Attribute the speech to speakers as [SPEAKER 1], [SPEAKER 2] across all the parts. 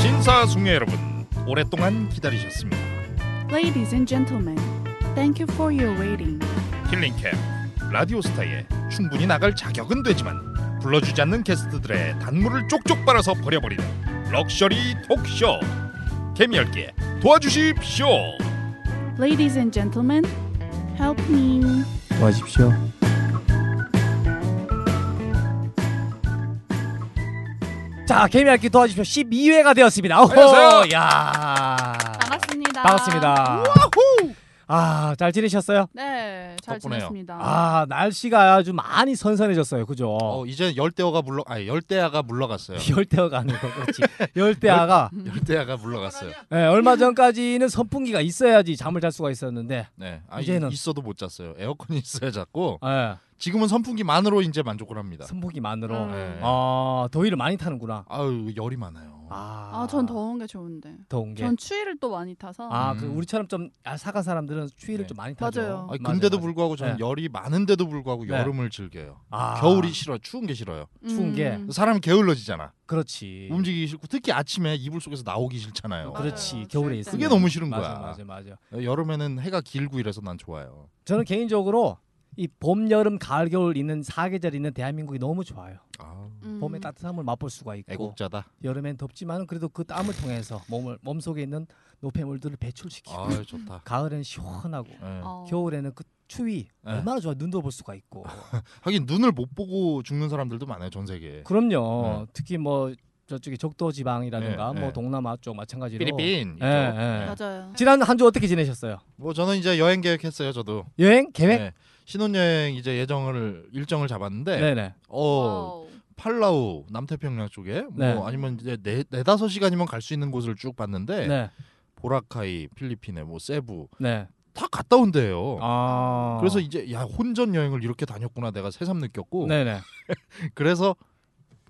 [SPEAKER 1] 천사숭례 여러분 오랫동안 기다리셨습니다.
[SPEAKER 2] Ladies and gentlemen, thank you for your waiting.
[SPEAKER 1] 힐링캠 라디오스타에 충분히 나갈 자격은 되지만 불러주지 않는 게스트들의 단물을 쪽쪽 빨아서 버려버리는 럭셔리 톡쇼 개미열기에 도와주십시오.
[SPEAKER 2] Ladies and gentlemen, help me.
[SPEAKER 3] 도와십시오. 자, 개미알기 도와주십시오. 12회가 되었습니다. 오호,
[SPEAKER 1] 안녕하세요.
[SPEAKER 3] 야.
[SPEAKER 2] 반갑습니다.
[SPEAKER 3] 반갑습니다. 아, 잘 지내셨어요?
[SPEAKER 2] 네, 잘
[SPEAKER 1] 덕분에요.
[SPEAKER 2] 지냈습니다.
[SPEAKER 3] 아, 날씨가 아주 많이 선선해졌어요. 그죠?
[SPEAKER 4] 어, 이제 열대어가 물러 아니 열대야가
[SPEAKER 2] 네.
[SPEAKER 4] 물러갔어요.
[SPEAKER 3] 열대어가 아니고 그렇지. 열대야가
[SPEAKER 4] 열대야가 물러갔어요.
[SPEAKER 3] 예, 얼마 전까지는 선풍기가 있어야지 잠을 잘 수가 있었는데
[SPEAKER 4] 네. 아,
[SPEAKER 3] 이제는.
[SPEAKER 4] 이제는 있어도 못 잤어요. 에어컨이 있어야 잤고
[SPEAKER 3] 예,
[SPEAKER 4] 지금은 선풍기만으로 이제 만족을 합니다.
[SPEAKER 3] 선풍기만으로
[SPEAKER 2] 음.
[SPEAKER 4] 네.
[SPEAKER 3] 아, 더위를 많이 타는구나.
[SPEAKER 4] 아유 열이 많아요.
[SPEAKER 3] 아,
[SPEAKER 2] 아, 전 더운 게 좋은데.
[SPEAKER 3] 더운 게.
[SPEAKER 2] 전 추위를 또 많이 타서.
[SPEAKER 3] 아, 그
[SPEAKER 4] 음.
[SPEAKER 3] 우리처럼 좀 야삭한 사람들은 추위를
[SPEAKER 4] 네.
[SPEAKER 3] 좀 많이 타죠.
[SPEAKER 2] 어. 맞아요.
[SPEAKER 4] 아니, 근데도
[SPEAKER 3] 맞아요.
[SPEAKER 4] 불구하고 저는
[SPEAKER 3] 네.
[SPEAKER 4] 열이 많은데도 불구하고
[SPEAKER 3] 네.
[SPEAKER 4] 여름을 즐겨요.
[SPEAKER 3] 아, 음.
[SPEAKER 4] 겨울이 싫어, 추운 게 싫어요.
[SPEAKER 3] 추운 게.
[SPEAKER 2] 음,
[SPEAKER 4] 사람이 게을러지잖아.
[SPEAKER 3] 그렇지.
[SPEAKER 4] 움직이기 싫고 특히 아침에 이불 속에서 나오기 싫잖아요.
[SPEAKER 2] 맞아요.
[SPEAKER 3] 그렇지.
[SPEAKER 2] 추울
[SPEAKER 3] 겨울에
[SPEAKER 2] 때.
[SPEAKER 3] 있으면.
[SPEAKER 4] 그게 너무 싫은
[SPEAKER 3] 맞아,
[SPEAKER 4] 거야.
[SPEAKER 3] 맞아, 맞아.
[SPEAKER 4] 여름에는 해가 길고 이래서 난 좋아요.
[SPEAKER 3] 저는 개인적으로 이 봄 여름 가을 겨울 있는 사계절 있는 대한민국이 너무 좋아요.
[SPEAKER 4] 아,
[SPEAKER 2] 음.
[SPEAKER 3] 봄에 따뜻함을 맛볼 수가 있고
[SPEAKER 4] 애국자다.
[SPEAKER 3] 여름엔 덥지만 그래도 그 땀을 통해서 몸을 몸 속에 있는 노폐물들을 배출시키고
[SPEAKER 4] 아 좋다.
[SPEAKER 3] 가을엔 시원하고
[SPEAKER 4] 네.
[SPEAKER 2] 어.
[SPEAKER 3] 겨울에는 그 추위
[SPEAKER 4] 네.
[SPEAKER 3] 얼마나 좋아 눈도 볼 수가 있고
[SPEAKER 4] 하긴 눈을 못 보고 죽는 사람들도 많아요 전 세계에.
[SPEAKER 3] 그럼요 특히 뭐 저쪽에 적도 지방이라든가
[SPEAKER 4] 네,
[SPEAKER 3] 뭐
[SPEAKER 4] 네.
[SPEAKER 3] 동남아 쪽 마찬가지로
[SPEAKER 4] 필리핀. 이쪽.
[SPEAKER 3] 예, 예.
[SPEAKER 2] 맞아요.
[SPEAKER 3] 지난 한 주 어떻게 지내셨어요?
[SPEAKER 4] 뭐 저는 이제 여행 계획했어요 저도
[SPEAKER 3] 여행 계획?
[SPEAKER 4] 네. 신혼여행 이제 예정을 일정을 잡았는데
[SPEAKER 3] 네, 네.
[SPEAKER 4] 어
[SPEAKER 2] 와우.
[SPEAKER 4] 팔라우 남태평양 쪽에 뭐
[SPEAKER 3] 네.
[SPEAKER 4] 아니면 이제 네 네다섯 시간이면 갈 수 있는 곳을 쭉 봤는데
[SPEAKER 3] 네.
[SPEAKER 4] 보라카이 필리핀에 뭐 세부
[SPEAKER 3] 네.
[SPEAKER 4] 다 갔다 온대요.
[SPEAKER 3] 아.
[SPEAKER 4] 어. 그래서 이제 야 혼전 여행을 이렇게 다녔구나 내가 새삼 느꼈고
[SPEAKER 3] 네, 네.
[SPEAKER 4] 그래서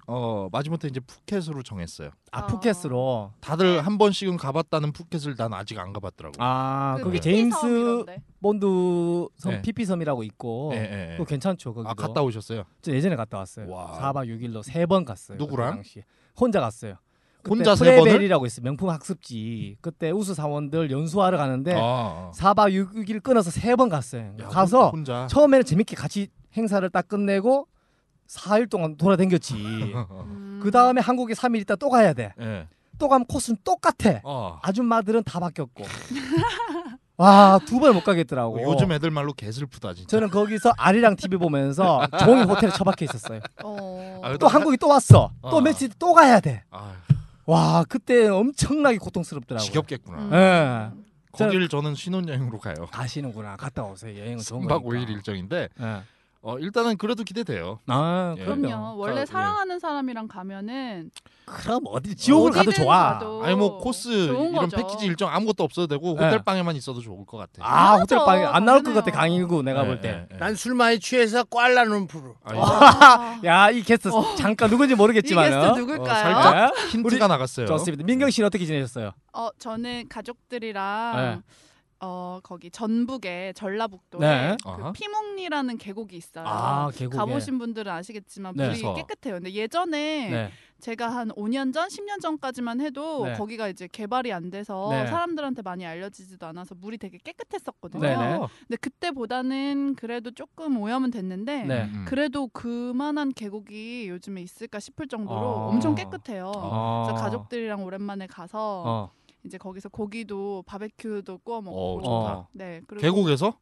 [SPEAKER 4] 어 마지못해 이제 푸켓으로 정했어요.
[SPEAKER 3] 아,
[SPEAKER 2] 아.
[SPEAKER 3] 푸켓으로.
[SPEAKER 4] 다들 한 번씩은 가봤다는 푸켓을 난 아직 안 가봤더라고.
[SPEAKER 3] 네. 아,
[SPEAKER 2] 그
[SPEAKER 3] 거기
[SPEAKER 2] PT 사업
[SPEAKER 3] 제임스
[SPEAKER 2] 이런데.
[SPEAKER 3] 본드 섬
[SPEAKER 4] 네.
[SPEAKER 3] 피피 섬이라고 있고.
[SPEAKER 4] 예, 예, 예.
[SPEAKER 3] 그거 괜찮죠, 거기도.
[SPEAKER 4] 아 갔다 오셨어요?
[SPEAKER 3] 저 예전에 갔다 왔어요.
[SPEAKER 4] 와.
[SPEAKER 3] 4박 6일로 세 번 갔어요.
[SPEAKER 4] 누구랑?
[SPEAKER 3] 그때 당시. 혼자 갔어요. 그때
[SPEAKER 4] 혼자 세 번을?
[SPEAKER 3] 프레벨이라고 있어요. 명품 학습지. 그때 우수 사원들 연수하러 가는데
[SPEAKER 4] 아, 아.
[SPEAKER 3] 4박 6일 끊어서 세 번 갔어요.
[SPEAKER 4] 야,
[SPEAKER 3] 네. 가서
[SPEAKER 4] 혼자
[SPEAKER 3] 아. 처음에는 재밌게 같이 행사를 딱 끝내고 4일 동안 돌아댕겼지.
[SPEAKER 2] 음.
[SPEAKER 3] 그 다음에 한국에 3일 있다 또 가야 돼.
[SPEAKER 4] 예.
[SPEAKER 3] 또 가면 코스는 똑같아.
[SPEAKER 4] 어.
[SPEAKER 3] 아줌마들은 다 바뀌었고. 와 두 번 못 가겠더라고.
[SPEAKER 4] 어, 요즘 애들 말로 개슬프다 진짜.
[SPEAKER 3] 어. 저는 거기서 아리랑 TV 보면서 종일 호텔에 처박혀 있었어요.
[SPEAKER 2] 어.
[SPEAKER 4] 아,
[SPEAKER 3] 또 한국이 또 왔어. 또
[SPEAKER 4] 어.
[SPEAKER 3] 며칠 있다 또 가야 돼.
[SPEAKER 4] 아,
[SPEAKER 3] 와 그때 엄청나게 고통스럽더라고.
[SPEAKER 4] 지겹겠구나.
[SPEAKER 2] 음.
[SPEAKER 3] 예.
[SPEAKER 4] 거기를 저는 신혼여행으로 가요.
[SPEAKER 3] 가시는구나. 갔다 오세요. 여행은 좋은
[SPEAKER 4] 3박
[SPEAKER 3] 거니까.
[SPEAKER 4] 5일 일정인데
[SPEAKER 3] 예.
[SPEAKER 4] 어, 일단은 그래도 기대돼요.
[SPEAKER 3] 아
[SPEAKER 4] 예.
[SPEAKER 3] 그럼요.
[SPEAKER 2] 그럼요. 원래
[SPEAKER 4] 예.
[SPEAKER 2] 사랑하는 사람이랑 가면은
[SPEAKER 3] 그럼 어디 지옥을 가도
[SPEAKER 2] 어디든
[SPEAKER 3] 좋아.
[SPEAKER 2] 가도
[SPEAKER 4] 아니 뭐 코스
[SPEAKER 2] 좋은
[SPEAKER 4] 이런
[SPEAKER 2] 거죠.
[SPEAKER 4] 패키지 일정 아무것도 없어도 되고
[SPEAKER 3] 예.
[SPEAKER 4] 호텔 방에만 있어도 좋을 것 같아.
[SPEAKER 3] 아 호텔
[SPEAKER 2] 맞아.
[SPEAKER 3] 방에 안 나올 것
[SPEAKER 2] 그렇죠. 당연해요.
[SPEAKER 3] 같아 강일구 내가
[SPEAKER 4] 예,
[SPEAKER 3] 볼 때.
[SPEAKER 4] 예, 예.
[SPEAKER 5] 네. 난 술 많이 취해서 꽐라 눈프로.
[SPEAKER 4] 아니,
[SPEAKER 2] 아.
[SPEAKER 4] 네.
[SPEAKER 3] 야 이 게스트
[SPEAKER 2] 어.
[SPEAKER 3] 잠깐 누군지 모르겠지만
[SPEAKER 2] 이 게스트 아,
[SPEAKER 4] 어,
[SPEAKER 2] 누굴까요?
[SPEAKER 4] 살짝.
[SPEAKER 3] 네?
[SPEAKER 4] 힌트가 나갔어요.
[SPEAKER 3] 좋습니다. 민경 씨는 어떻게 지내셨어요?
[SPEAKER 2] 어 저는 가족들이랑 어 거기 전북에 전라북도에 그
[SPEAKER 3] 네.
[SPEAKER 4] 아하.
[SPEAKER 2] 피묵리라는 계곡이 있어요.
[SPEAKER 3] 아 계곡에
[SPEAKER 2] 가보신 분들은 아시겠지만
[SPEAKER 3] 네.
[SPEAKER 2] 물이 깨끗해요. 근데 예전에
[SPEAKER 3] 네.
[SPEAKER 2] 제가 한 5년 전, 10년 전까지만 해도
[SPEAKER 3] 네.
[SPEAKER 2] 거기가 이제 개발이 안 돼서
[SPEAKER 3] 네.
[SPEAKER 2] 사람들한테 많이 알려지지도 않아서 물이 되게 깨끗했었거든요.
[SPEAKER 3] 네네.
[SPEAKER 2] 근데 그때보다는 그래도 조금 오염은 됐는데
[SPEAKER 3] 네.
[SPEAKER 4] 음, 음.
[SPEAKER 2] 그래도 그만한 계곡이 요즘에 있을까 싶을 정도로
[SPEAKER 3] 아.
[SPEAKER 2] 엄청 깨끗해요.
[SPEAKER 3] 어.
[SPEAKER 2] 그래서 가족들이랑 오랜만에 가서
[SPEAKER 3] 어.
[SPEAKER 2] 이제 거기서 고기도 바베큐도 구워 먹고
[SPEAKER 4] 어, 좋다.
[SPEAKER 3] 어.
[SPEAKER 2] 네 그리고
[SPEAKER 4] 계곡에서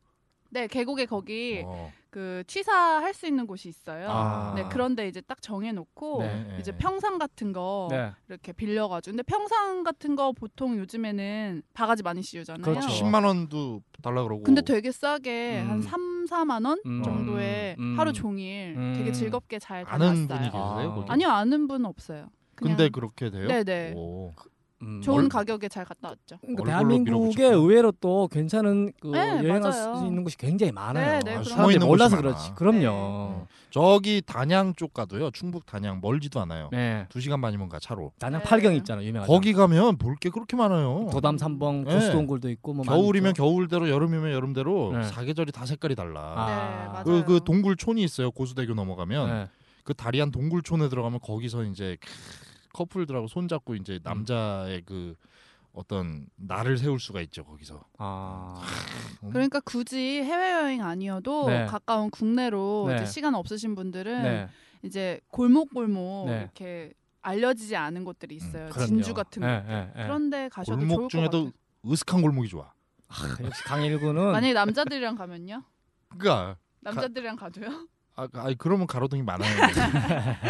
[SPEAKER 2] 네 계곡에 거기
[SPEAKER 4] 어.
[SPEAKER 2] 그 취사할 수 있는 곳이 있어요.
[SPEAKER 4] 아.
[SPEAKER 2] 네 그런데 이제 딱 정해놓고
[SPEAKER 3] 네.
[SPEAKER 2] 이제 평상 같은 거
[SPEAKER 3] 네.
[SPEAKER 2] 이렇게 빌려가지고 근데 평상 같은 거 보통 요즘에는 바가지 많이 씌우잖아요.
[SPEAKER 3] 그렇죠.
[SPEAKER 4] 10만 원도 달라 그러고.
[SPEAKER 2] 근데 되게 싸게
[SPEAKER 3] 음.
[SPEAKER 2] 한 3, 4만 원
[SPEAKER 3] 음.
[SPEAKER 2] 정도에
[SPEAKER 3] 음.
[SPEAKER 2] 하루 종일
[SPEAKER 3] 음.
[SPEAKER 2] 되게 즐겁게 잘
[SPEAKER 4] 아는 분이
[SPEAKER 2] 다녔어요.
[SPEAKER 3] 분위기.
[SPEAKER 4] 계세요?
[SPEAKER 3] 아.
[SPEAKER 4] 거기?
[SPEAKER 2] 아니요 아는 분 없어요. 그냥
[SPEAKER 4] 근데 그렇게 돼요?
[SPEAKER 2] 네네.
[SPEAKER 4] 오.
[SPEAKER 3] 음.
[SPEAKER 2] 좋은
[SPEAKER 3] 얼-
[SPEAKER 2] 가격에 잘 갔다 왔죠.
[SPEAKER 3] 그러니까
[SPEAKER 4] 얼굴로
[SPEAKER 3] 대한민국에
[SPEAKER 4] 밀어붙였구나.
[SPEAKER 3] 의외로 또 괜찮은 그
[SPEAKER 2] 네,
[SPEAKER 3] 여행할
[SPEAKER 2] 맞아요.
[SPEAKER 3] 수 있는 곳이 굉장히
[SPEAKER 2] 네, 네,
[SPEAKER 3] 많아요. 아,
[SPEAKER 2] 그럼요.
[SPEAKER 3] 사람들이
[SPEAKER 4] 숨어있는
[SPEAKER 3] 몰라서
[SPEAKER 4] 곳이
[SPEAKER 3] 그렇지.
[SPEAKER 4] 많아.
[SPEAKER 3] 그럼요.
[SPEAKER 4] 저기 단양 쪽 가도요. 충북 단양 멀지도 않아요.
[SPEAKER 3] 네.
[SPEAKER 4] 두 시간 반이면 가 차로.
[SPEAKER 3] 단양
[SPEAKER 2] 네.
[SPEAKER 3] 팔경 있잖아 유명한.
[SPEAKER 4] 거기 가면 볼 게 그렇게 많아요.
[SPEAKER 3] 도담 삼봉
[SPEAKER 4] 네.
[SPEAKER 3] 고수동굴도 있고 뭐
[SPEAKER 4] 겨울이면
[SPEAKER 3] 많죠.
[SPEAKER 4] 겨울대로 여름이면 여름대로
[SPEAKER 3] 네.
[SPEAKER 4] 사계절이 다 색깔이 달라.
[SPEAKER 3] 아.
[SPEAKER 2] 네 맞아요.
[SPEAKER 4] 그, 그 동굴촌이 있어요. 고수대교 넘어가면
[SPEAKER 3] 네.
[SPEAKER 4] 그 다리안 동굴촌에 들어가면 거기서 이제 크- 커플들하고 손잡고 이제
[SPEAKER 2] 음.
[SPEAKER 4] 남자의 그 어떤 나를 세울 수가 있죠 거기서.
[SPEAKER 6] 아.
[SPEAKER 2] 그러니까 굳이 해외 여행 아니어도
[SPEAKER 3] 음. 네.
[SPEAKER 2] 가까운 국내로
[SPEAKER 3] 네.
[SPEAKER 2] 이제 시간 없으신 분들은
[SPEAKER 3] 네.
[SPEAKER 2] 이제 골목골목
[SPEAKER 3] 네.
[SPEAKER 2] 이렇게 알려지지 않은 곳들이 있어요.
[SPEAKER 4] 음,
[SPEAKER 3] 그럼요.
[SPEAKER 2] 진주 같은 거.
[SPEAKER 3] 예, 예, 예.
[SPEAKER 2] 그런데 가셔도 좋을
[SPEAKER 4] 골목
[SPEAKER 2] 것 같아요.
[SPEAKER 4] 중에도 으슥한 골목이 좋아.
[SPEAKER 3] 아, 역시 강일구는
[SPEAKER 2] 만약에 남자들이랑 가면요?
[SPEAKER 4] 그니까
[SPEAKER 2] 남자들이랑 가도요?
[SPEAKER 4] 아, 아 그러면 가로등이 많아요.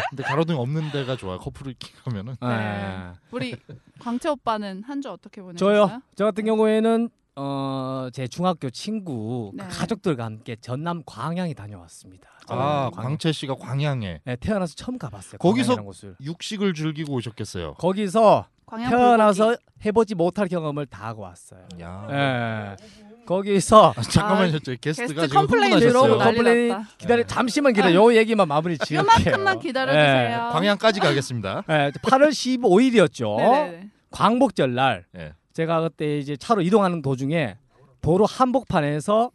[SPEAKER 4] 근데 가로등 없는 데가 좋아. 커플을 가면은
[SPEAKER 6] 예, 예.
[SPEAKER 2] 우리 광채 오빠는 한 주 어떻게 보내셨어요?
[SPEAKER 3] 네, 저요. 저 같은 경우에는 어, 제 중학교 친구
[SPEAKER 2] 네.
[SPEAKER 3] 가족들과 함께 전남 광양에 다녀왔습니다. 저는
[SPEAKER 4] 아
[SPEAKER 3] 광양.
[SPEAKER 4] 광채 씨가 광양에
[SPEAKER 3] 네, 태어나서 처음 가봤어요.
[SPEAKER 4] 거기서-
[SPEAKER 3] 광양이라는 곳을.
[SPEAKER 4] 육식을 즐기고 오셨겠어요.
[SPEAKER 3] 거기서
[SPEAKER 2] 광양
[SPEAKER 3] 태어나서 해보지 못할 경험을 다 하고 왔어요.
[SPEAKER 4] 야.
[SPEAKER 3] 예. 거기서
[SPEAKER 4] 아, 잠깐만요. 저희
[SPEAKER 2] 불고기.
[SPEAKER 4] 게스트가
[SPEAKER 2] 게스트
[SPEAKER 4] 지금
[SPEAKER 2] 컴플레인
[SPEAKER 4] 흥분하셨어요.
[SPEAKER 2] 들어오고
[SPEAKER 3] 나-
[SPEAKER 2] 난리 났다.
[SPEAKER 3] 기다려 잠시만 기다려. 요 얘기만 마무리 지을게요.
[SPEAKER 2] 요만큼만 기다려주세요.
[SPEAKER 3] 예.
[SPEAKER 4] 광양까지 가겠습니다.
[SPEAKER 3] 예, 8월 15일이었죠.
[SPEAKER 2] 네네네.
[SPEAKER 3] 광복절 날
[SPEAKER 4] 예.
[SPEAKER 3] 제가 그때 이제 차로 이동하는 도중에 도로 한복판에서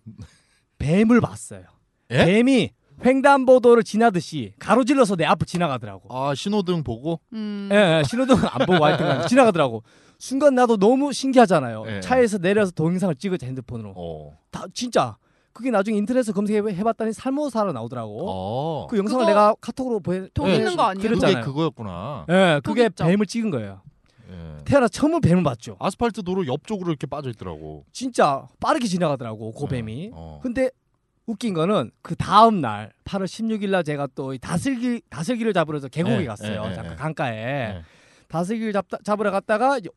[SPEAKER 3] 뱀을 봤어요.
[SPEAKER 4] 예?
[SPEAKER 3] 뱀이 횡단보도를 지나듯이 가로질러서 내 앞을 지나가더라고.
[SPEAKER 2] 어.
[SPEAKER 4] 아 신호등 보고
[SPEAKER 2] 음.
[SPEAKER 3] 예, 예, 신호등은 안 보고 하여튼 지나가더라고. 순간 나도 너무 신기하잖아요.
[SPEAKER 4] 예.
[SPEAKER 3] 차에서 내려서 동영상을 찍었죠 핸드폰으로.
[SPEAKER 4] 어.
[SPEAKER 3] 다 진짜 그게 나중에 인터넷에 검색해봤더니 살모사로 나오더라고.
[SPEAKER 4] 어.
[SPEAKER 3] 그 영상을
[SPEAKER 2] 그거
[SPEAKER 3] 내가 카톡으로 보내.
[SPEAKER 2] 독
[SPEAKER 4] 예,
[SPEAKER 2] 있는 거 아니에요?
[SPEAKER 3] 그렇죠.
[SPEAKER 4] 그게
[SPEAKER 3] 그랬잖아요.
[SPEAKER 4] 그거였구나.
[SPEAKER 3] 예, 그게
[SPEAKER 2] 독 있죠.
[SPEAKER 3] 뱀을 찍은 거예요.
[SPEAKER 4] 예.
[SPEAKER 3] 태어나 처음 뱀을 봤죠.
[SPEAKER 4] 아스팔트 도로 옆쪽으로 이렇게 빠져 있더라고.
[SPEAKER 3] 진짜 빠르게 지나가더라고 고뱀이.
[SPEAKER 4] 예. 어.
[SPEAKER 3] 근데 웃긴 거는 그 다음 날 8월 16일 날 제가 또이 다슬기 다슬기를 잡으러 서 계곡에
[SPEAKER 4] 예,
[SPEAKER 3] 갔어요.
[SPEAKER 4] 예, 예,
[SPEAKER 3] 잠깐
[SPEAKER 4] 예.
[SPEAKER 3] 강가에
[SPEAKER 4] 예.
[SPEAKER 3] 다슬기를 잡 잡으러 갔다가 이제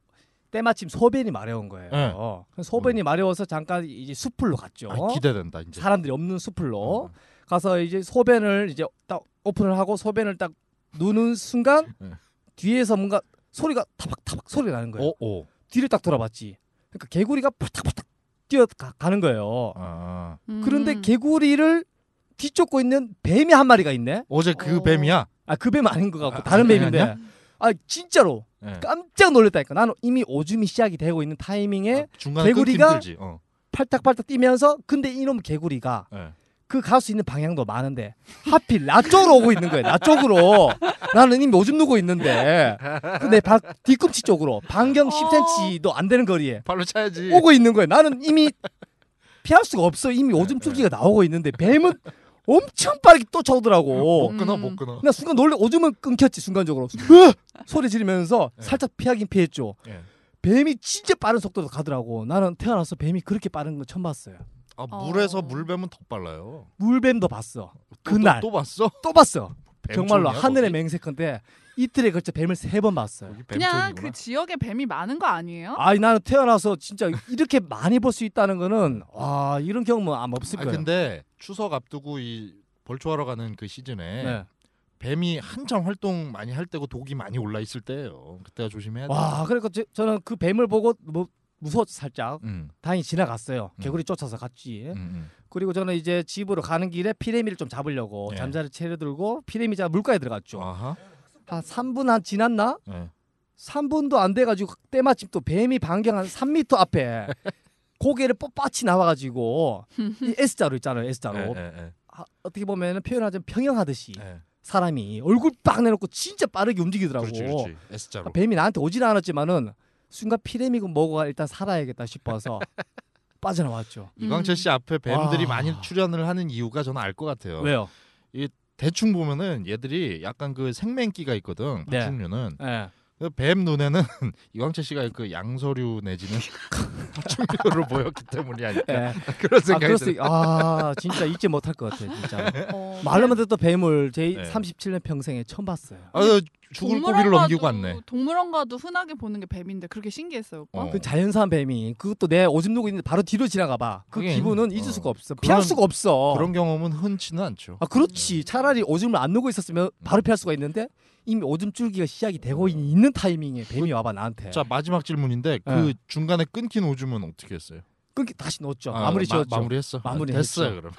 [SPEAKER 3] 때마침 소변이 마려운 거예요.
[SPEAKER 4] 예.
[SPEAKER 3] 그래서 소변이 마려워서 잠깐 이제 숲으로 갔죠.
[SPEAKER 4] 아, 기대된다 이제.
[SPEAKER 3] 어? 사람들이 없는
[SPEAKER 4] 어.
[SPEAKER 3] 숲으로 가서 이제 소변을 이제 딱 오픈을 하고 소변을 딱 누는 순간
[SPEAKER 4] 예.
[SPEAKER 3] 뒤에서 뭔가 소리가 타박타박 소리가 나는 거예요.
[SPEAKER 4] 어, 어.
[SPEAKER 3] 뒤를 딱 돌아봤지. 그러니까 개구리가 팔딱팔딱 뛰어가는 거예요.
[SPEAKER 4] 아.
[SPEAKER 2] 음.
[SPEAKER 3] 그런데 개구리를 뒤쫓고 있는 뱀이 한 마리가 있네.
[SPEAKER 4] 어제 그
[SPEAKER 2] 어.
[SPEAKER 4] 뱀이야.
[SPEAKER 3] 아 그 뱀 아닌 것 같고
[SPEAKER 4] 아,
[SPEAKER 3] 다른
[SPEAKER 4] 아,
[SPEAKER 3] 뱀인데.
[SPEAKER 4] 아니야?
[SPEAKER 3] 아 진짜로
[SPEAKER 4] 예.
[SPEAKER 3] 깜짝 놀랐다니까. 나는 이미 오줌이 시작이 되고 있는 타이밍에
[SPEAKER 4] 아, 중간에
[SPEAKER 3] 개구리가-
[SPEAKER 4] 개구리가 힘들지. 어.
[SPEAKER 3] 팔딱팔딱 뛰면서 근데 이놈 개구리가
[SPEAKER 4] 예.
[SPEAKER 3] 그 갈 수 있는 방향도 많은데 하필 나 쪽으로 오고 있는 거예요. 나 쪽으로. 나는 이미 오줌 누고 있는데 내 발 뒤꿈치 쪽으로 반경 10cm도 안 되는 거리에
[SPEAKER 4] 발로 차야지.
[SPEAKER 3] 오고 있는 거예요. 나는 이미 피할 수가 없어. 이미
[SPEAKER 4] 네,
[SPEAKER 3] 오줌 줄기가 나오고 있는데 뱀은 엄청 빠르게 쫓아오더라고. 음.
[SPEAKER 4] 못 끊어 못 끊어.
[SPEAKER 3] 나 순간 놀래 오줌은 끊겼지 순간적으로 으악! 소리 지르면서
[SPEAKER 4] 네.
[SPEAKER 3] 살짝 피하긴 피했죠.
[SPEAKER 4] 예.
[SPEAKER 3] 뱀이 진짜 빠른 속도로 가더라고. 나는 태어나서 뱀이 그렇게 빠른 건 처음 봤어요.
[SPEAKER 4] 아 물에서
[SPEAKER 2] 어.
[SPEAKER 4] 물뱀은 더 빨라요.
[SPEAKER 3] 물뱀도 봤어.
[SPEAKER 4] 또,
[SPEAKER 3] 그날
[SPEAKER 4] 또, 또 봤어?
[SPEAKER 3] 또 봤어.
[SPEAKER 4] 뱀
[SPEAKER 3] 정말로
[SPEAKER 4] 촌이야,
[SPEAKER 3] 하늘의
[SPEAKER 4] 거기? 음.
[SPEAKER 3] 맹세컨대 이틀에 걸쳐 뱀을 세 번 봤어요.
[SPEAKER 4] 거기 뱀
[SPEAKER 2] 그냥
[SPEAKER 4] 촌이구나.
[SPEAKER 2] 그 지역에 뱀이 많은 거 아니에요?
[SPEAKER 3] 아니 나는 태어나서 진짜 이렇게 많이 볼 수 있다는 거는 와 이런 경험은 아마 없을
[SPEAKER 4] 아
[SPEAKER 3] 거예요.
[SPEAKER 4] 근데 추석 앞두고 이 벌초하러 가는 그 시즌에
[SPEAKER 3] 네.
[SPEAKER 4] 뱀이 한참 활동 많이 할 때고 독이 많이 올라 있을 때예요. 그때가 조심해야 돼.
[SPEAKER 3] 와 그러니까 저, 저는 그 뱀을 보고 뭐 무서워서 살짝
[SPEAKER 4] 음,
[SPEAKER 3] 다행히 지나갔어요.
[SPEAKER 4] 음.
[SPEAKER 3] 개구리 쫓아서 갔지.
[SPEAKER 4] 음, 음.
[SPEAKER 3] 그리고 저는 이제 집으로 가는 길에 피레미를 좀 잡으려고
[SPEAKER 4] 예.
[SPEAKER 3] 잠자리 채려들고 피레미 잡아 물가에 들어갔죠.
[SPEAKER 4] 음. 아하.
[SPEAKER 3] 한 3분 한 지났나?
[SPEAKER 4] 예.
[SPEAKER 3] 3분도 안 돼가지고 때마침 또 뱀이 반경 한 3미터 앞에 고개를 뻣뻣이 나와가지고 이 S자로 있잖아요 S자로
[SPEAKER 4] 예, 예,
[SPEAKER 3] 아, 어떻게 보면 표현하자면 평행하듯이
[SPEAKER 4] 예, 예.
[SPEAKER 3] 사람이 얼굴 빡 내놓고 진짜 빠르게 움직이더라고
[SPEAKER 4] 그렇지, 그렇지. S자로.
[SPEAKER 3] 아, 뱀이 나한테 오지는 않았지만은 순간 피레미고 뭐가 일단 살아야겠다 싶어서 빠져나왔죠
[SPEAKER 4] 이광철 씨 앞에 뱀들이
[SPEAKER 3] 아.
[SPEAKER 4] 많이 출연을 하는 이유가 저는 알 것 같아요.
[SPEAKER 3] 왜요?
[SPEAKER 4] 대충 보면은 얘들이 약간 그 생맹기가 있거든.
[SPEAKER 3] 네.
[SPEAKER 4] 파충류는
[SPEAKER 3] 예.
[SPEAKER 4] 그뱀 눈에는 이광철 씨가 그 양서류 내지는 파충류로 보였기 때문이 아닐까
[SPEAKER 3] 예.
[SPEAKER 4] 그런
[SPEAKER 3] 아,
[SPEAKER 4] 그러니까 생각이
[SPEAKER 3] 그럴 수
[SPEAKER 4] 들어요.
[SPEAKER 3] 있... 아 진짜 잊지 못할 것 같아요 진짜
[SPEAKER 2] 어,
[SPEAKER 3] 네. 말로만 듣던 뱀을 제
[SPEAKER 4] 네.
[SPEAKER 3] 37년 평생에 처음 봤어요
[SPEAKER 4] 아, 그 죽을 고비를 넘기고 왔네.
[SPEAKER 2] 동물원 가도 흔하게 보는 게 뱀인데 그렇게 신기했어요, 오빠.
[SPEAKER 4] 어.
[SPEAKER 3] 그 자연산 뱀이 그것도 내 오줌 누고 있는데 바로 뒤로 지나가 봐. 그
[SPEAKER 4] 그게,
[SPEAKER 3] 기분은 잊을
[SPEAKER 4] 어.
[SPEAKER 3] 수가 없어.
[SPEAKER 4] 그런-
[SPEAKER 3] 피할 수가 없어.
[SPEAKER 4] 그런 경험은 흔치는 않죠.
[SPEAKER 3] 아
[SPEAKER 4] 네.
[SPEAKER 3] 그렇지. 차라리 오줌을 안 누고 있었으면
[SPEAKER 4] 음.
[SPEAKER 3] 바로 피할 수가 있는데 이미 오줌 줄기가 시작이 되고 있는 타이밍에 뱀이 와봐 나한테.
[SPEAKER 4] 그 자 마지막 질문인데 그
[SPEAKER 3] 네.
[SPEAKER 4] 중간에 끊긴 오줌은 어떻게 했어요?
[SPEAKER 3] 끊기 다시 넣었죠. 마무리
[SPEAKER 4] 아, 마-
[SPEAKER 3] 지었죠.
[SPEAKER 4] 마무리했어. 아,
[SPEAKER 3] 마무리했죠.
[SPEAKER 4] 됐어요 그럼.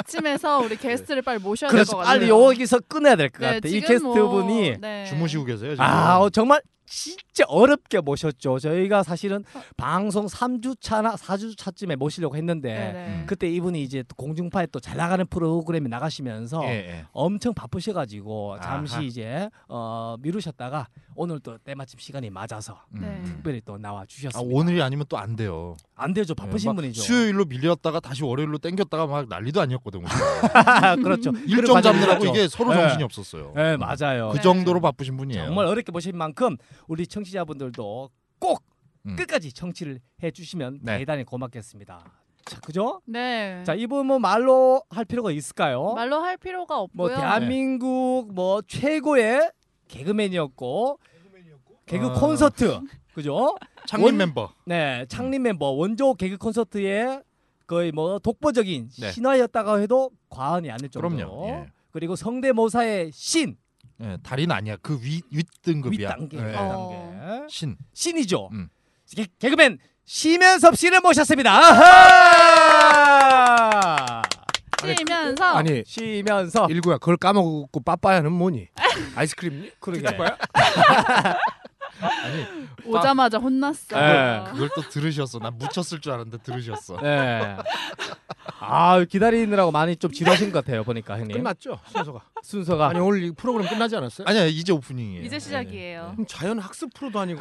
[SPEAKER 2] 이쯤에서 우리 게스트를 빨리 모셔야 될 것
[SPEAKER 3] 그래서
[SPEAKER 2] 같아요.
[SPEAKER 3] 빨리 여기서 그렇죠. 끊어야 될 것
[SPEAKER 2] 네,
[SPEAKER 3] 그 같아. 이
[SPEAKER 2] 지금
[SPEAKER 3] 게스트
[SPEAKER 2] 뭐,
[SPEAKER 3] 분이
[SPEAKER 2] 네.
[SPEAKER 4] 주무시고 계세요 지금.
[SPEAKER 3] 아 어, 정말 진짜 어렵게 모셨죠. 저희가 사실은 방송 3주차나 4주차쯤에 모시려고 했는데
[SPEAKER 2] 네네.
[SPEAKER 3] 그때 이분이 이제 또 공중파에 또 잘 나가는 프로그램에 나가시면서
[SPEAKER 4] 예, 예.
[SPEAKER 3] 엄청 바쁘셔가지고 잠시
[SPEAKER 4] 아하.
[SPEAKER 3] 이제 어, 미루셨다가 오늘 또 때마침 시간이 맞아서
[SPEAKER 4] 음.
[SPEAKER 2] 네.
[SPEAKER 3] 특별히 또 나와
[SPEAKER 4] 아,
[SPEAKER 3] 주셨습니다.
[SPEAKER 4] 오늘이 아니면 또 안 돼요.
[SPEAKER 3] 안 되죠
[SPEAKER 4] 예,
[SPEAKER 3] 바쁘신
[SPEAKER 4] 막
[SPEAKER 3] 분이죠.
[SPEAKER 4] 수요일로 밀렸다가 다시 월요일로 땡겼다가 막 난리도 아니었거든요.
[SPEAKER 3] 그렇죠.
[SPEAKER 4] 일정 잡느라고 이게 서로
[SPEAKER 3] 예.
[SPEAKER 4] 정신이 없었어요.
[SPEAKER 3] 네 맞아요. 네.
[SPEAKER 4] 그 정도로 바쁘신 분이에요.
[SPEAKER 3] 정말 어렵게 보신 만큼 우리 청취자분들도 꼭
[SPEAKER 4] 음.
[SPEAKER 3] 끝까지 청취를 해주시면
[SPEAKER 4] 네.
[SPEAKER 3] 대단히 고맙겠습니다. 자 그죠?
[SPEAKER 2] 네.
[SPEAKER 3] 자 이분 뭐 말로 할 필요가 있을까요?
[SPEAKER 2] 말로 할 필요가
[SPEAKER 3] 뭐
[SPEAKER 2] 없고요.
[SPEAKER 3] 대한민국 뭐 최고의 개그맨이었고 개그
[SPEAKER 4] 어.
[SPEAKER 3] 콘서트 그죠?
[SPEAKER 4] 창립
[SPEAKER 3] 원-
[SPEAKER 4] 멤버.
[SPEAKER 3] 네 창립 멤버 원조 개그 콘서트의 거의 뭐 독보적인
[SPEAKER 4] 네.
[SPEAKER 3] 신화였다고 해도 과언이 아닐 정도로
[SPEAKER 4] 그럼요. 예.
[SPEAKER 3] 그리고 성대모사의 신
[SPEAKER 4] 예, 달인 아니야. 그 위, 윗등급이야.
[SPEAKER 3] 윗단계
[SPEAKER 4] 예.
[SPEAKER 2] 어.
[SPEAKER 3] 윗단계.
[SPEAKER 4] 신.
[SPEAKER 3] 신이죠.
[SPEAKER 4] 음.
[SPEAKER 3] 개, 개그맨 심연섭 씨를 모셨습니다. 아하!
[SPEAKER 2] 쉬면서
[SPEAKER 4] 예.
[SPEAKER 5] 아니
[SPEAKER 3] 심연섭
[SPEAKER 5] 일구야 그걸 까먹고 빠빠야는 뭐니? 아이스크림?
[SPEAKER 3] 그러게.
[SPEAKER 2] 오자마자 혼났어.
[SPEAKER 3] 예.
[SPEAKER 4] 그걸 또 들으셨어. 난 묻혔을 줄 알았는데 들으셨어.
[SPEAKER 3] 네. 아 기다리느라고 많이 좀 지루하신 것 같아요 보니까 형님
[SPEAKER 5] 끝났죠 순서가.
[SPEAKER 3] 순서가
[SPEAKER 5] 아니 오늘 이 프로그램 끝나지 않았어요? 네,
[SPEAKER 4] 아니야 이제 오프닝이에요.
[SPEAKER 2] 이제 시작이에요.
[SPEAKER 5] 그럼 자연 학습 프로도 아니고